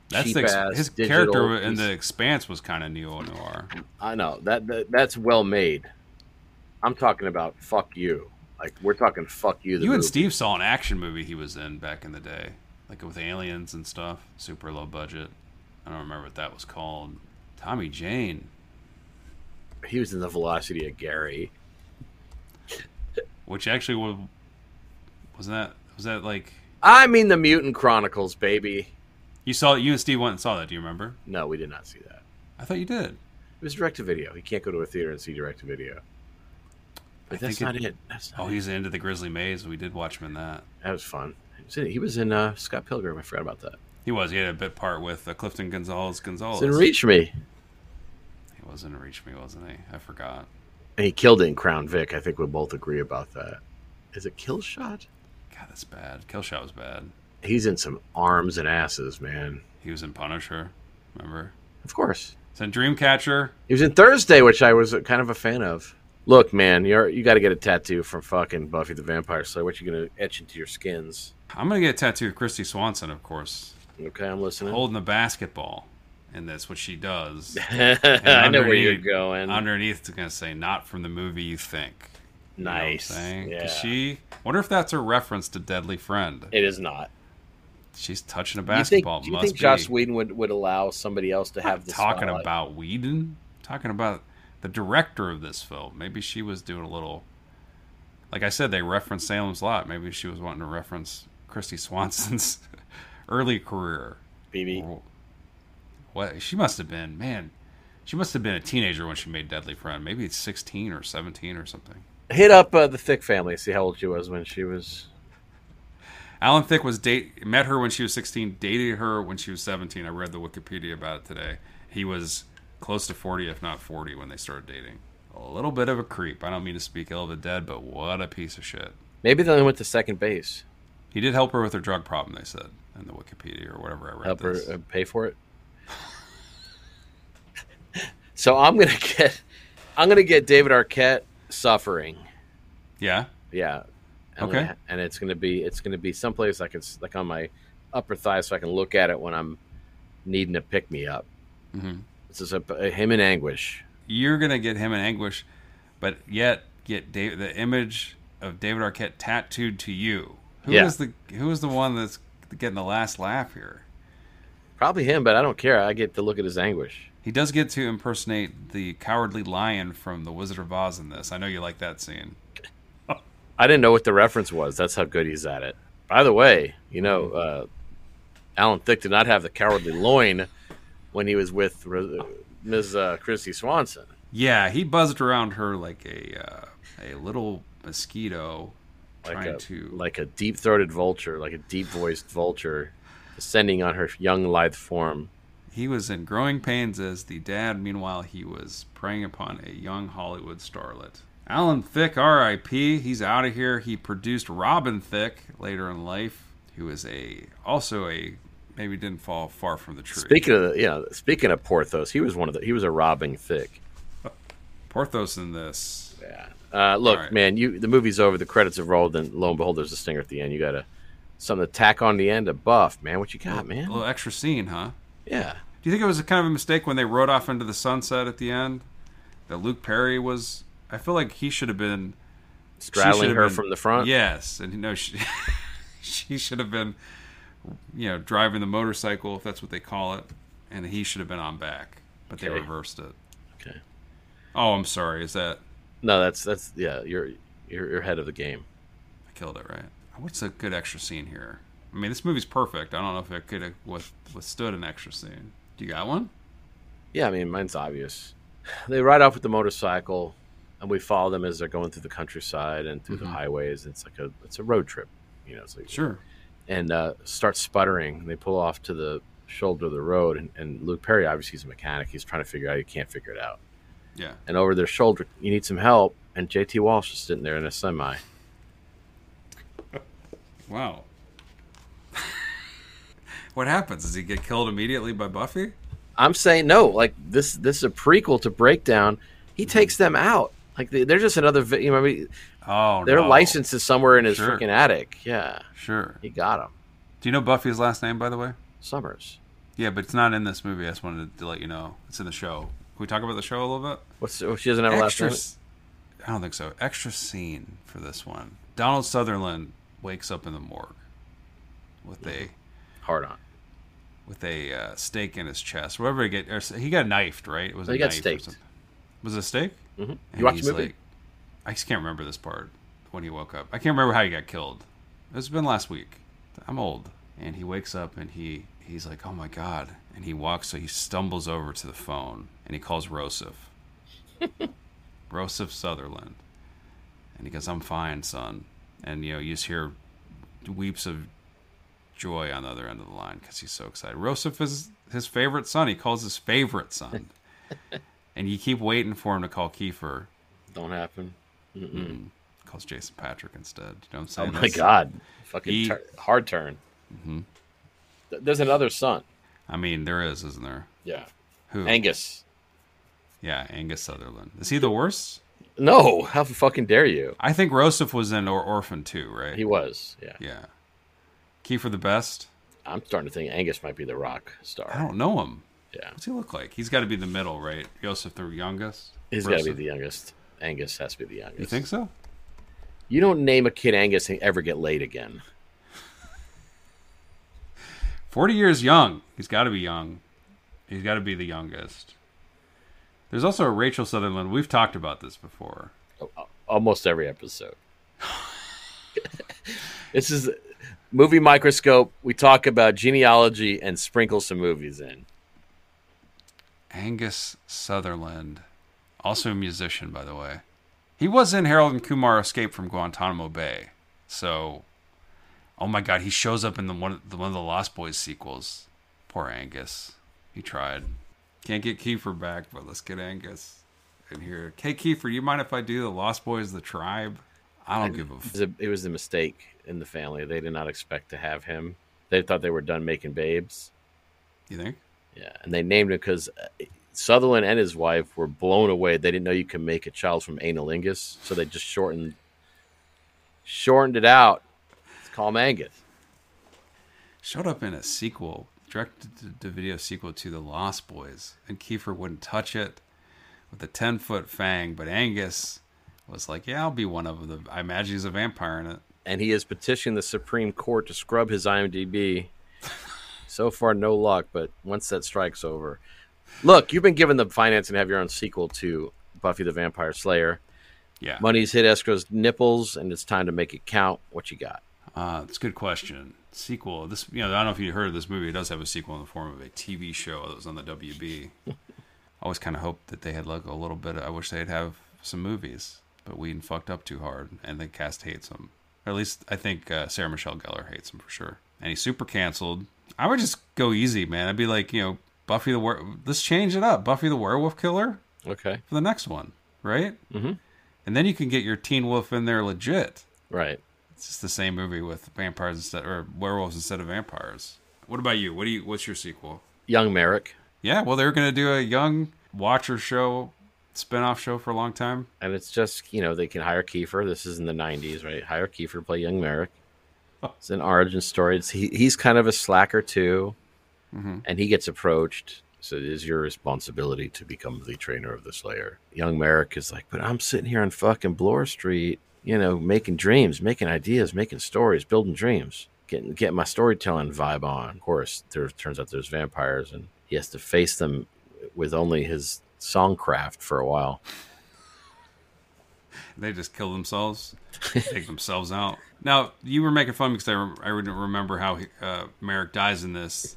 That's
cheap
the,
ass
ex- his
digital
character in
piece.
the Expanse was kind of neo noir.
I know that, that that's well made. I'm talking about fuck you. Like we're talking fuck you. The
You and
movie.
Steve saw an action movie he was in back in the day, like with aliens and stuff. Super low budget. I don't remember what that was called. Tommy Jane.
He was in the Velocity of Gary.
which actually was was that was that like
I mean the Mutant Chronicles, baby.
you saw you and Steve went and saw that? Do you remember?
No, we did not see that.
I thought you did.
It was direct to video. He can't go to a theater and see direct to video. But
I
that's
think
not it. That's not
Oh,
it.
he's into the Grizzly Maze. We did watch him in that.
That was fun. He was in, he was in uh, Scott Pilgrim. I forgot about that.
He was. He had a bit part with uh, Clifton Gonzalez. Gonzalez.
It's in Reach Me.
He was in Reach Me, wasn't he? I forgot.
And he killed it in Crown Vic. I think we both agree about that. Is it Kill Shot?
God, that's bad. Killshot was bad.
He's in some arms and asses, man.
He was in Punisher. Remember?
Of course.
He's in Dreamcatcher.
He was in Thursday, which I was kind of a fan of. Look, man, you're you got to get a tattoo from fucking Buffy the Vampire Slayer. What you gonna etch into your skins?
I'm gonna get a tattoo of Christy Swanson, of course,
Okay, I'm listening.
holding the basketball, and that's what she does.
I know where you're
underneath-
going.
Underneath, it's gonna say "Not from the movie you think." You know what I'm
nice.
saying? 'Cause
yeah.
She wonder if that's a reference to Deadly Friend.
it is not.
She's touching a
Do you think,
basketball.
do you
Must
think
be.
Joss Whedon would, would allow somebody else to
I'm
have
not
the
talking
spotlight?
about Whedon. Talking about the director of this film. Maybe she was doing a little. Like I said, they referenced Salem's Lot. Maybe she was wanting to reference Christy Swanson's early career.
BB?
Or- What she must have been, man. She must have been a teenager when she made Deadly Friend. Maybe it's sixteen or seventeen or something.
Hit up uh, the Thick family. See how old she was when she was.
Alan Thicke was date met her when she was 16, dated her when she was 17. I read the Wikipedia about it today. He was close to 40, if not 40, when they started dating. A little bit of a creep. I don't mean to speak ill of the dead, but what a piece of shit.
Maybe they only went to second base.
He did help her with her drug problem, they said in the Wikipedia or whatever I read.
help her
this.
uh, pay for it. so I'm gonna get, I'm gonna get David Arquette suffering.
yeah,
Yeah. I'm
Okay.
gonna- and it's gonna be it's gonna be someplace I can s- like on my upper thigh so I can look at it when I'm needing to pick me up.
Mhm.
This is a, him in anguish.
you're gonna get him in anguish, but yet get Dave, the image of David Arquette tattooed to you. Who is
Yeah.
the who is the one that's getting the last laugh here?
Probably him, but I don't care. I get to look at his anguish.
He does get to impersonate the cowardly lion from The Wizard of Oz in this. I know you like that scene.
I didn't know what the reference was. That's how good he's at it. By the way, you know,
Mm-hmm.
uh, Alan Thicke did not have the cowardly loin when he was with Ro- Ms. Uh, Christy Swanson.
Yeah, he buzzed around her like a uh, a little mosquito
Like
trying
a,
to
like a deep throated vulture, like a deep voiced vulture, descending on her young, lithe form.
He was in growing pains as the dad. Meanwhile, he was preying upon a young Hollywood starlet. Alan Thicke, R.I.P. He's out of here. He produced Robin Thicke later in life, who is a also a maybe didn't fall far from the tree.
Speaking of the, you know, speaking of Porthos, he was one of the he was a robbing Thicke.
Porthos in this.
Yeah. Uh, look,
All right.
man, you the movie's over, the credits have rolled, and lo and behold, there's a stinger at the end. You got to something to tack on the end, a buff, man. What you got,
A
man?
little extra scene, huh?
Yeah.
Do you think it was a kind of a mistake when they rode off into the sunset at the end? That Luke Perry was. I feel like he should have been she should
straddling
have
her
been-
from the front.
Yes, and you know she, she should have been, you know, driving the motorcycle if that's what they call it, and he should have been on back. but they
Okay.
reversed it.
Okay.
Oh, I'm sorry. Is that
No, that's that's yeah. You're you're, you're ahead of the game.
I killed it right? What's a good extra scene here? I mean, this movie's perfect. I don't know if it could have with- withstood an extra scene. Do you got one?
Yeah, I mean mine's obvious. They ride off with the motorcycle, and we follow them as they're going through the countryside and through
Mhm.
the highways. It's like a it's a road trip, you know. It's like
Sure.
and uh, starts sputtering. And they pull off to the shoulder of the road, and, and Luke Perry obviously is a mechanic. He's trying to figure out. He can't figure it out.
Yeah.
And over their shoulder, you need some help. And JT Walsh is sitting there in a semi.
Wow. what happens? Does he get killed immediately by Buffy?
I'm saying no. Like this, this is a prequel to Breakdown.
Mm-hmm.
He takes them out. Like they- they're just another. vi- You know, I mean,
Oh,
their
no.
license is somewhere in his
Sure.
freaking attic. Yeah,
Sure.
he got him.
Do you know Buffy's last name, by the way?
Summers.
Yeah, but it's not in this movie. I just wanted to let you know. It's in the show. Can we talk about the show a little bit?
What's oh, she doesn't have a last
Extra
name?
s- I don't think so. Extra scene for this one. Donald Sutherland wakes up in the morgue with a
Hard on.
with a uh, stake in his chest. Whatever he get, or s- he got knifed, right? It was
He
a
got
knife or
staked.
something. Was it a stake? Mm-hmm.
You watched the movie?
I just can't remember this part when he woke up. I can't remember how he got killed. It's been last week. I'm old, and he wakes up and he he's like, "Oh my god!" And he walks, so he stumbles over to the phone and he calls Rosef, Rosef Sutherland, and he goes, "I'm fine, son." And you know, you just hear weeps of joy on the other end of the line because he's so excited. Rosef is his favorite son. He calls his favorite son. and you keep waiting for him to call Kiefer.
Don't happen.
Calls Jason Patrick instead. You know what I'm
Oh
saying?
my
That's-
god! Fucking
He- Mm-hmm.
tur- hard turn. Th- There's another son.
I mean, there is, isn't there?
Yeah,
Who?
Angus.
Yeah, Angus Sutherland. Is he the worst?
No, how fucking dare you?
I think Rosef was in or- Orphan too, right?
He was. Yeah,
yeah. Kiefer the best.
I'm starting to think Angus might be the Rock
I
star.
don't know him.
Yeah,
What's he look like? He's got to be the middle, right? Joseph the youngest.
he's got to be
Rosef?
the youngest. Angus has to be the youngest.
You think so?
You don't name a kid Angus and ever get laid again.
Forty years young. He's got to be young. He's got to be the youngest. There's also a Rachel Sutherland. We've talked about this before.
Al- Almost every episode. this is movie microscope. We talk about genealogy and sprinkle some movies in.
Angus Sutherland, also a musician, by the way. He was in Harold and Kumar Escape from Guantanamo Bay. So, oh my God, he shows up in the one, the one of the Lost Boys sequels. Poor Angus. He tried. Can't get Kiefer back, but let's get Angus in here. Hey, Kiefer, you mind if I do the Lost Boys, the tribe? I don't give a
It
f-
was a, it was a mistake in the family. They did not expect to have him. They thought they were done making babes.
You think?
Yeah, and they named it because Sutherland and his wife were blown away. They didn't know you could make a child from analingus, so they just shortened shortened it out. It's called him Angus.
Showed up in a sequel, directed to the video sequel to The Lost Boys, and Kiefer wouldn't touch it with a 10 foot fang, but Angus was like, Yeah, I'll be one of them. I imagine he's a vampire in it.
and he has petitioned the Supreme Court to scrub his IMDb. so far, no luck, but once that strike's over. Look, you've been given the financing to have your own sequel to Buffy the Vampire Slayer.
Yeah.
Money's hit escrow's nipples, and it's time to make it count. What you got?
Uh, it's a good question. Sequel. This, you know, I don't know if you heard of this movie. It does have a sequel in the form of a TV show that was on the WB. I always kind of hoped that they had like a little bit. Of, I wish they'd have some movies, but we fucked up too hard, and the cast hates them. Or at least I think uh, Sarah Michelle Gellar hates him for sure. And he's super canceled. I would just go easy, man. I'd be like, you know, Buffy the Were. Let's change it up. Buffy the Werewolf Killer
Okay.
for the next one, right? Mm-hmm. And then you can get your Teen Wolf in there legit.
Right.
It's just the same movie with vampires instead or werewolves instead of vampires. What about you? What do you? What's your sequel?
Young Merrick.
Yeah, well, they're gonna do a young Watcher show, spin-off show for a long time.
And it's just, you know, they can hire Kiefer. This is in the 90s, right? Hire Kiefer, play Young Merrick. It's an origin story. It's, he, he's kind of a slacker, too. And he gets approached. So it is your responsibility to become the trainer of the Slayer. Young Merrick is like, but I'm sitting here on fucking Bloor Street, you know, making dreams, making ideas, making stories, building dreams, getting getting my storytelling vibe on. Of course, there turns out there's vampires, and he has to face them with only his songcraft for a while.
They just kill themselves, take themselves out. Now you were making fun because I, rem- I wouldn't remember how he, uh, Merrick dies in this.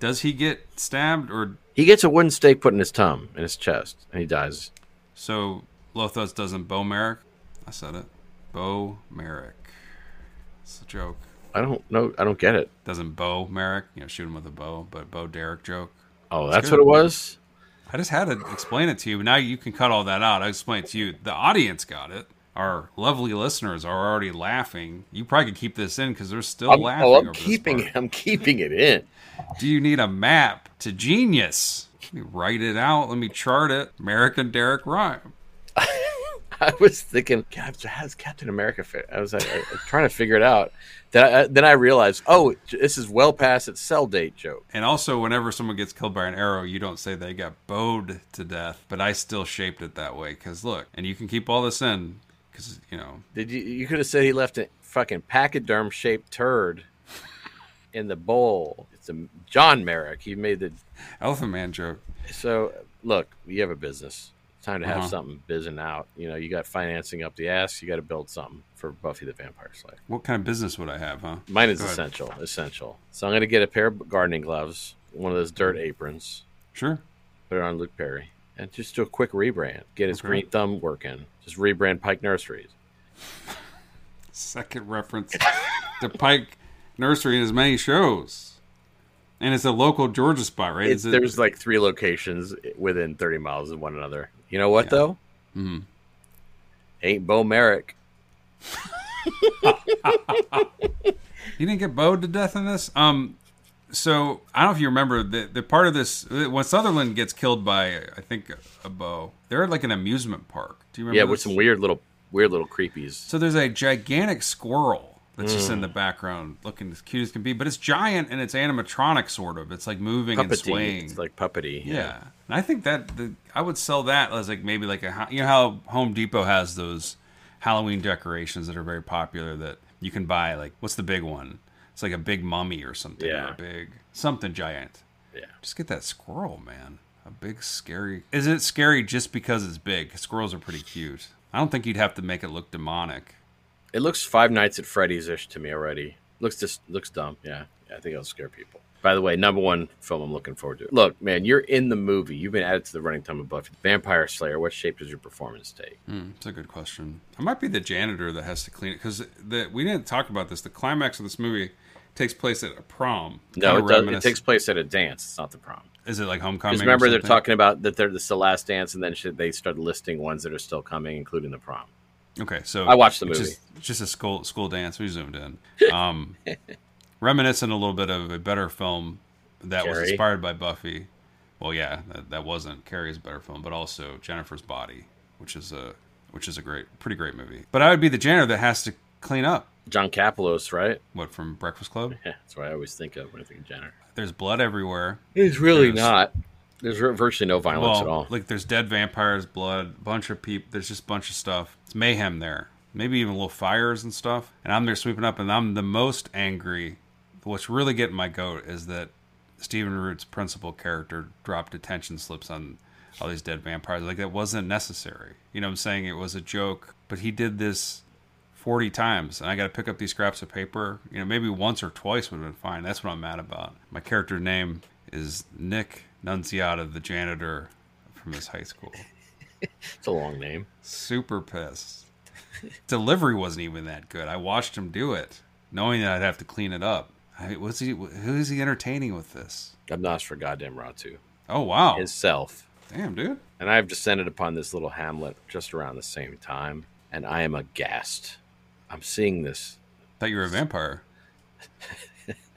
Does he get stabbed or
He gets a wooden stake put in his tum in his chest, and he dies.
so? Lothos doesn't bow Merrick. I said it. Bow Merrick. It's a joke.
I don't know. I don't get it.
Doesn't bow Merrick. You know, shoot him with a bow. But bow Derek joke.
Oh, that's
good.
what it was.
I just had to explain it to you. Now you can cut all that out. I explained it to you. The audience got it. Our lovely listeners are already laughing. You probably could keep this in because they're still
I'm,
laughing.
oh, I'm
over this
keeping.
part.
It, I'm keeping it in.
Do you need a map to genius? Let me write it out. Let me chart it. American Derek rhyme.
I was thinking, God, so how's Captain America fit? I was like, I- I'm trying to figure it out. Then I, then I realized, oh, this is well past its sell date joke.
And also, whenever someone gets killed by an arrow, you don't say they got bowed to death. But I still shaped it that way because look, and you can keep all this in because you know
Did you? You could have said he left a fucking pachyderm shaped turd in the bowl. It's a John Merrick. He made the.
Elephant Man joke.
So look, you have a business. It's time to have
Uh-huh.
something bizzing out. You know, you got financing up the ass. You got to build something for Buffy the Vampire Slayer.
What kind of business would I have, huh?
Mine is
Go ahead.
essential. Essential. So I'm going to get a pair of gardening gloves, one of those
Mm-hmm.
dirt aprons,
Sure.
put it on Luke Perry, and just do a quick rebrand. Get his
Okay.
green thumb working. Just rebrand Pike Nurseries.
Second reference to Pike Nursery and his many shows. And it's a local Georgia spot, right?
It's,
Is it-
there's like three locations within 30 miles of one another. You know what, though?
Mhm.
Ain't Bo Merrick.
He didn't get bowed to death in this. Um, so I don't know if you remember the the part of this uh, when Sutherland gets killed by I think a bow. They're at like an amusement park. Do you remember?
Yeah,
this?
with some weird little, weird little creepies.
So there's a gigantic squirrel that's just
Mm.
in the background, looking as cute as can be, but it's giant and it's animatronic sort of. It's like moving and
Puppety.
swaying.
It's like puppety.
Yeah. And I think that the, I would sell that as like maybe like a ho- you know how Home Depot has those Halloween decorations that are very popular that you can buy like what's the big one? It's like a big mummy or something or
Yeah.
a big something giant.
Yeah.
Just get that squirrel, man. A big scary. Is it scary just because it's big? Squirrels are pretty cute. I don't think you'd have to make it look demonic.
It looks Five Nights at Freddy's ish to me already. Looks just looks dumb. Yeah. yeah, I think it'll scare people. By the way, number one film I'm looking forward to. Look, man, you're in the movie. You've been added to the running time of Buffy. Vampire Slayer. What shape does your performance take?
Hmm, It's a good question. I might be the janitor that has to clean it because the we didn't talk about this. The climax of this movie takes place at a prom.
No,
Kinda
it, does, it
reminiscent-
takes place at a dance. It's not the prom.
Is it like homecoming?
Because
or
remember, they're
something?
talking about that they're, this is the last dance, and then shit, they started listing ones that are still coming, including the prom.
Okay, so
I watched the
it's
movie.
Just, just a school school dance. We zoomed in. Um, reminiscent a little bit of a better film that was
Carrie.
inspired by Buffy. Well, yeah, that, that wasn't Carrie's better film, but also Jennifer's Body, which is a which is a great, pretty great movie. But I would be the janitor that has to clean up.
John Capolos, right?
What from Breakfast Club?
Yeah, that's what I always think of when I think of Jenner.
There's blood everywhere.
It's really
Yes.
not. There's virtually no violence
Well,
at all.
like there's dead vampires, blood, bunch of people. There's just a bunch of stuff. It's mayhem there. Maybe even little fires and stuff. And I'm there sweeping up, and I'm the most angry. What's really getting my goat is that Stephen Root's principal character dropped attention slips on all these dead vampires. Like that wasn't necessary. You know what I'm saying? It was a joke, but he did this 40 times and I got to pick up these scraps of paper. You know, maybe once or twice would have been fine. That's what I'm mad about. My character name is Nick Nunziata, the janitor from this high school.
It's a long name.
Super pissed. Delivery wasn't even that good. I watched him do it, knowing that I'd have to clean it up. I, was he? Who is he entertaining with this?
Obnoxious for goddamn Ratu.
Oh wow!
Himself.
Damn, dude.
And I have descended upon this little hamlet just around the same time, and I am aghast. I'm seeing this
Thought you were a vampire.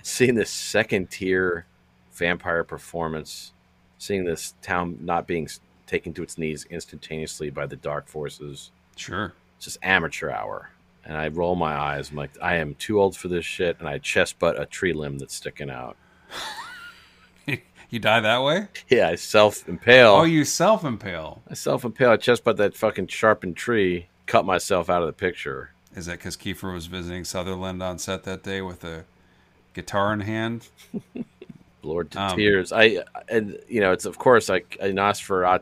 seeing this second tier vampire performance, seeing this town not being s- taken to its knees instantaneously by the dark forces,
Sure.
it's just amateur hour. And I roll my eyes. I'm like, I am too old for this shit. And I chest butt a tree limb that's sticking out.
you die that way?
Yeah, I self impale.
Oh, you self impale.
I self impale. I chest butt that fucking sharpened tree, cut myself out of the picture.
Is that because Kiefer was visiting Sutherland on set that day with a guitar in hand?
Lord to
Um,
tears. I and you know it's of course like I asked for uh,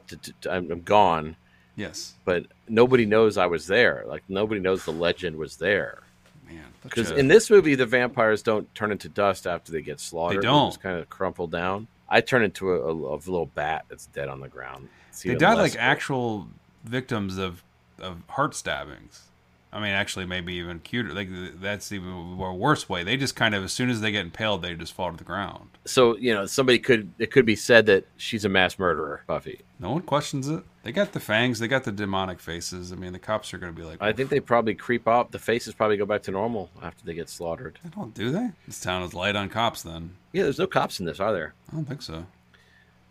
I, am I'm gone,
Yes,
but nobody knows I was there. Like nobody knows the legend was there.
man. such
Because
a-
in this movie, the vampires don't turn into dust after they get slaughtered.
don't.
just kind of crumple down. I turn into a, a, a little bat that's dead on the ground. It's
they
even
died
less
like actual victims of of heart stabbings. I mean, actually, maybe even cuter. Like th- that's even a worse way. They just kind of, as soon as they get impaled, they just fall to the ground.
So you know, somebody could it could be said that she's a mass murderer, Buffy.
No one questions it. They got the fangs. They got the demonic faces. I mean, the cops are going to be like,
I think they probably creep up. The faces probably go back to normal after they get slaughtered.
"They don't do they? This town is light on cops. Then
Yeah, there's no cops in this, are there?
I don't think so.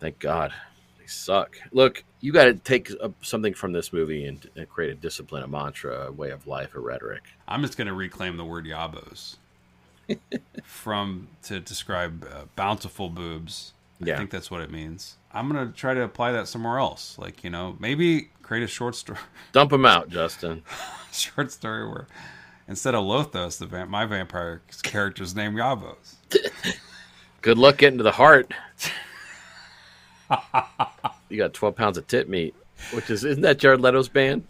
Thank God. They suck. Look, you got to take uh, something from this movie and, and create a discipline, a mantra, a way of life, a rhetoric.
I'm just going to reclaim the word yabos from to describe uh, bountiful boobs.
Yeah.
I think that's what it means. I'm going to try to apply that somewhere else. Like, you know, maybe create a short story
Dump them out, Justin.
short story where instead of Lothos, the va- my vampire character's name Yabos.
Good luck getting to the heart. you got 12 pounds of tit meat, which is, isn't that Jared Leto's band?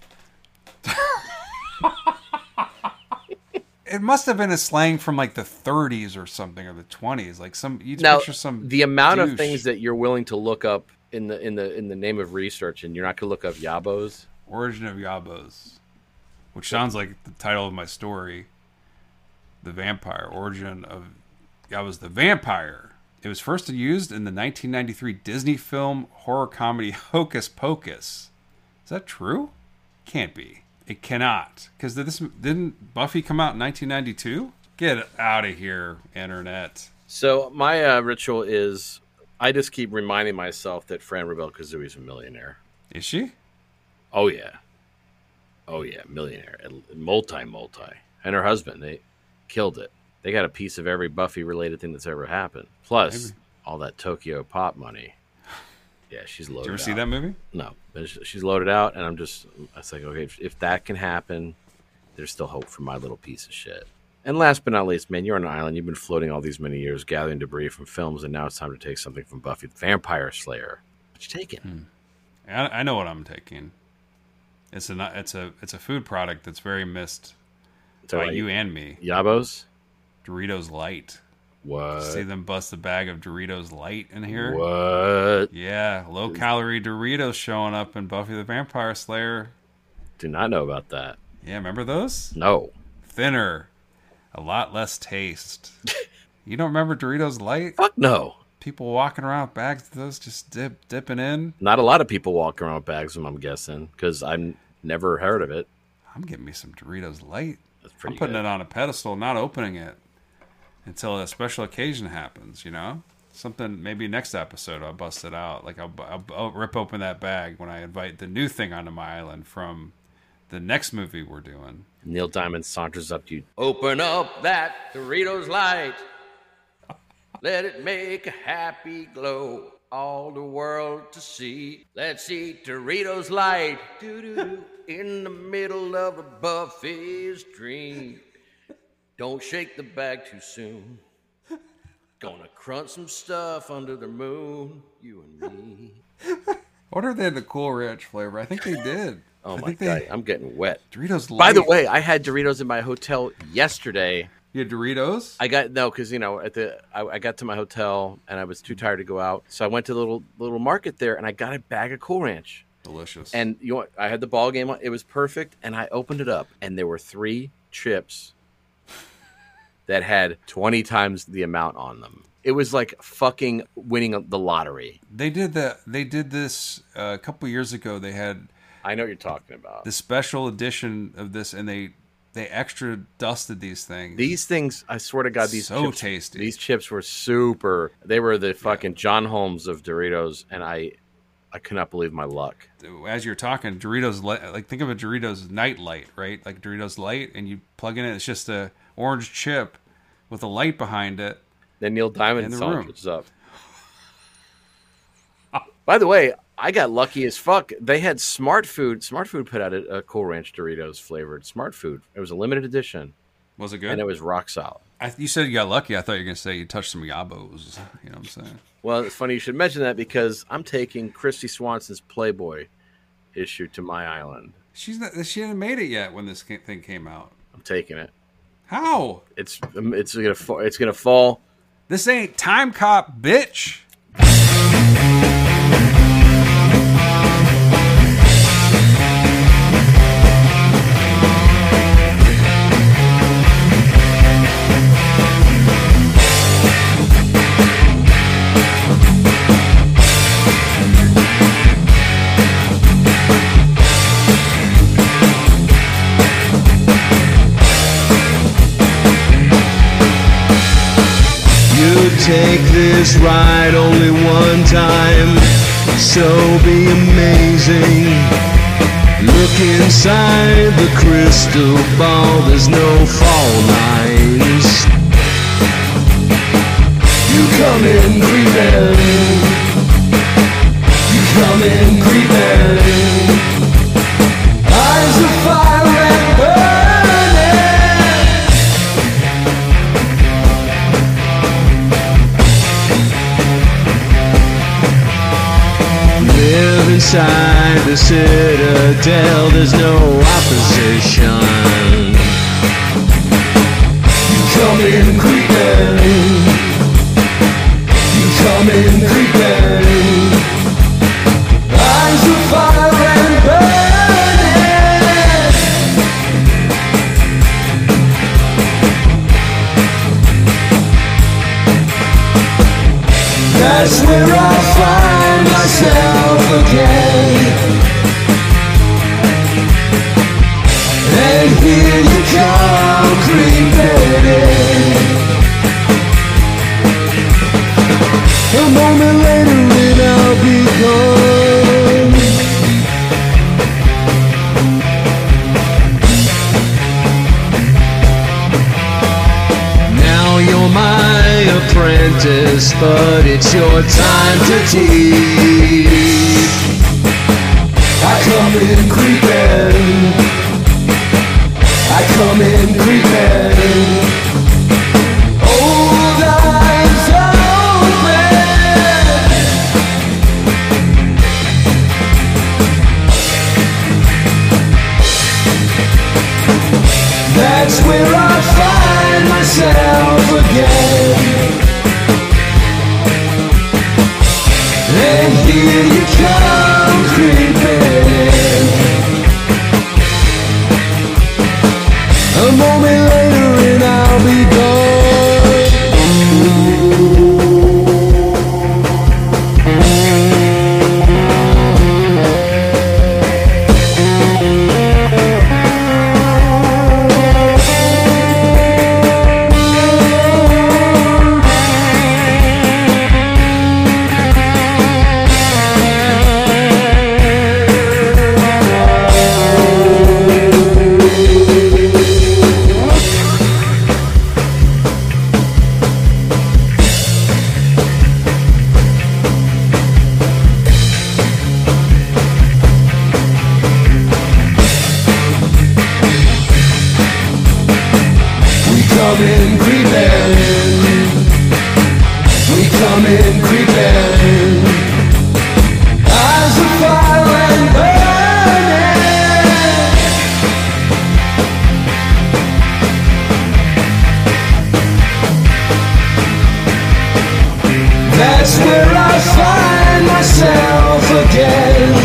It must have been a slang from like the 30s or something or the 20s. Like some you
Now,
picture some
the amount of
douche.
things that you're willing to look up in the in the in the name of research, and you're not going to look up yabos.
Origin of Yabos, which sounds like the title of my story. The Vampire Origin of Yabos the Vampire. It was first used in the 1993 Disney film horror comedy Hocus Pocus. Is that true? Can't be. It cannot, because this didn't Buffy come out in 1992. Get out of here, internet.
So my uh, ritual is I just keep reminding myself that Fran Rebel Kazooie is a millionaire.
Is she?
Oh yeah, oh yeah, millionaire, and multi multi, and her husband they killed it. They got a piece of every Buffy related thing that's ever happened. Plus all that Tokyo Pop money. Yeah, she's
Did
loaded.
you ever see
out.
that movie?
No, but sh- she's loaded out, and I'm just I was like, okay, if, if that can happen, there's still hope for my little piece of shit. And last but not least, man, you're on an island. You've been floating all these many years, gathering debris from films, and now it's time to take something from Buffy the Vampire Slayer. What you taking?
Hmm. I, I know what I'm taking. It's a it's a it's a food product that's very missed
So
by
like,
you and me.
Yabos?
Doritos Light.
What?
See them bust a bag of Doritos Light in here.
Uh, What?
Yeah, low calorie Doritos showing up in Buffy the Vampire Slayer.
Do not know about that.
Yeah, remember those?
No.
Thinner, a lot less taste. you don't remember Doritos Light?
Fuck no.
People walking around with bags of those, just dip dipping in.
Not a lot of people walk around with bags of them, I'm guessing, because I've never heard of it.
I'm getting me some Doritos Light.
That's pretty
I'm putting
good.
it on a pedestal, not opening it until a special occasion happens. You know, something maybe next episode I'll bust it out. Like I'll, bu- I'll, bu- I'll rip open that bag when I invite the new thing onto my island from the next movie we're doing.
Neil Diamond saunters up to you. Open up that Doritos light. Let it make a happy glow. All the world to see. Let's eat Doritos light. Doo-doo-doo. In the middle of a Buffy's dream. Don't shake the bag too soon. Gonna crunch some stuff under the moon. You and me.
I wonder if they had the Cool Ranch flavor. I think they did.
Oh
I
my
think they-
god, I'm getting wet.
Doritos.
By the
Light.
way, I had Doritos in my hotel yesterday.
you had Doritos.
I got no, because you know, at the I, I got to my hotel and I was too tired to go out, so I went to the little little market there and I got a bag of Cool Ranch.
Delicious.
And you know, what? I had the ball game on; it was perfect. And I opened it up, and there were three chips that had twenty times the amount on them. It was like fucking winning the lottery.
they did that. They did this uh, a couple years ago. They had
I know what you're talking about.
the special edition of this, and they they extra dusted these things.
These things, I swear to God, these
So
chips,
tasty.
These chips were super. They were the fucking John Holmes of Doritos, and I, I could not believe my luck.
as you're talking, Doritos Li- like think of a Doritos night light, right? Like Doritos light, and you plug in it. It's just a orange chip with a light behind it.
Then Neil
In
Diamond
the
saunters up. By the way, I got lucky as fuck. They had Smart Food. Smart Food put out a, a Cool Ranch Doritos flavored Smart Food. It was a limited edition.
Was it good?
and it was rock solid.
I, you said you got lucky. I thought you were gonna say you touched some yabos. You know what I'm saying?
Well, it's funny you should mention that because I'm taking Christy Swanson's Playboy issue to my island.
She's not. She hadn't made it yet when this ca- thing came out.
I'm taking it.
How?
It's it's gonna fa- it's gonna fall.
This ain't time cop, bitch.
You take this ride only one time, so be amazing. Look inside the crystal ball, there's no fault lines. You come in creeping. You come in creeping. Eyes of fire and burning. Live inside the citadel, there's no opposition. You come in creeping. You come in creeping. Eyes of fire and burning. That's where I find myself again. And here you come creeping in. A moment later and I'll be gone. Now you're my apprentice, but it's your time to teach. I come in creeping. I come in creeping. Old eyes open. That's where I find myself again. And here you come creeping in. A moment later and I'll be gone. We come in creeping. We come in creeping. Eyes of fire and burning. That's where I find myself again.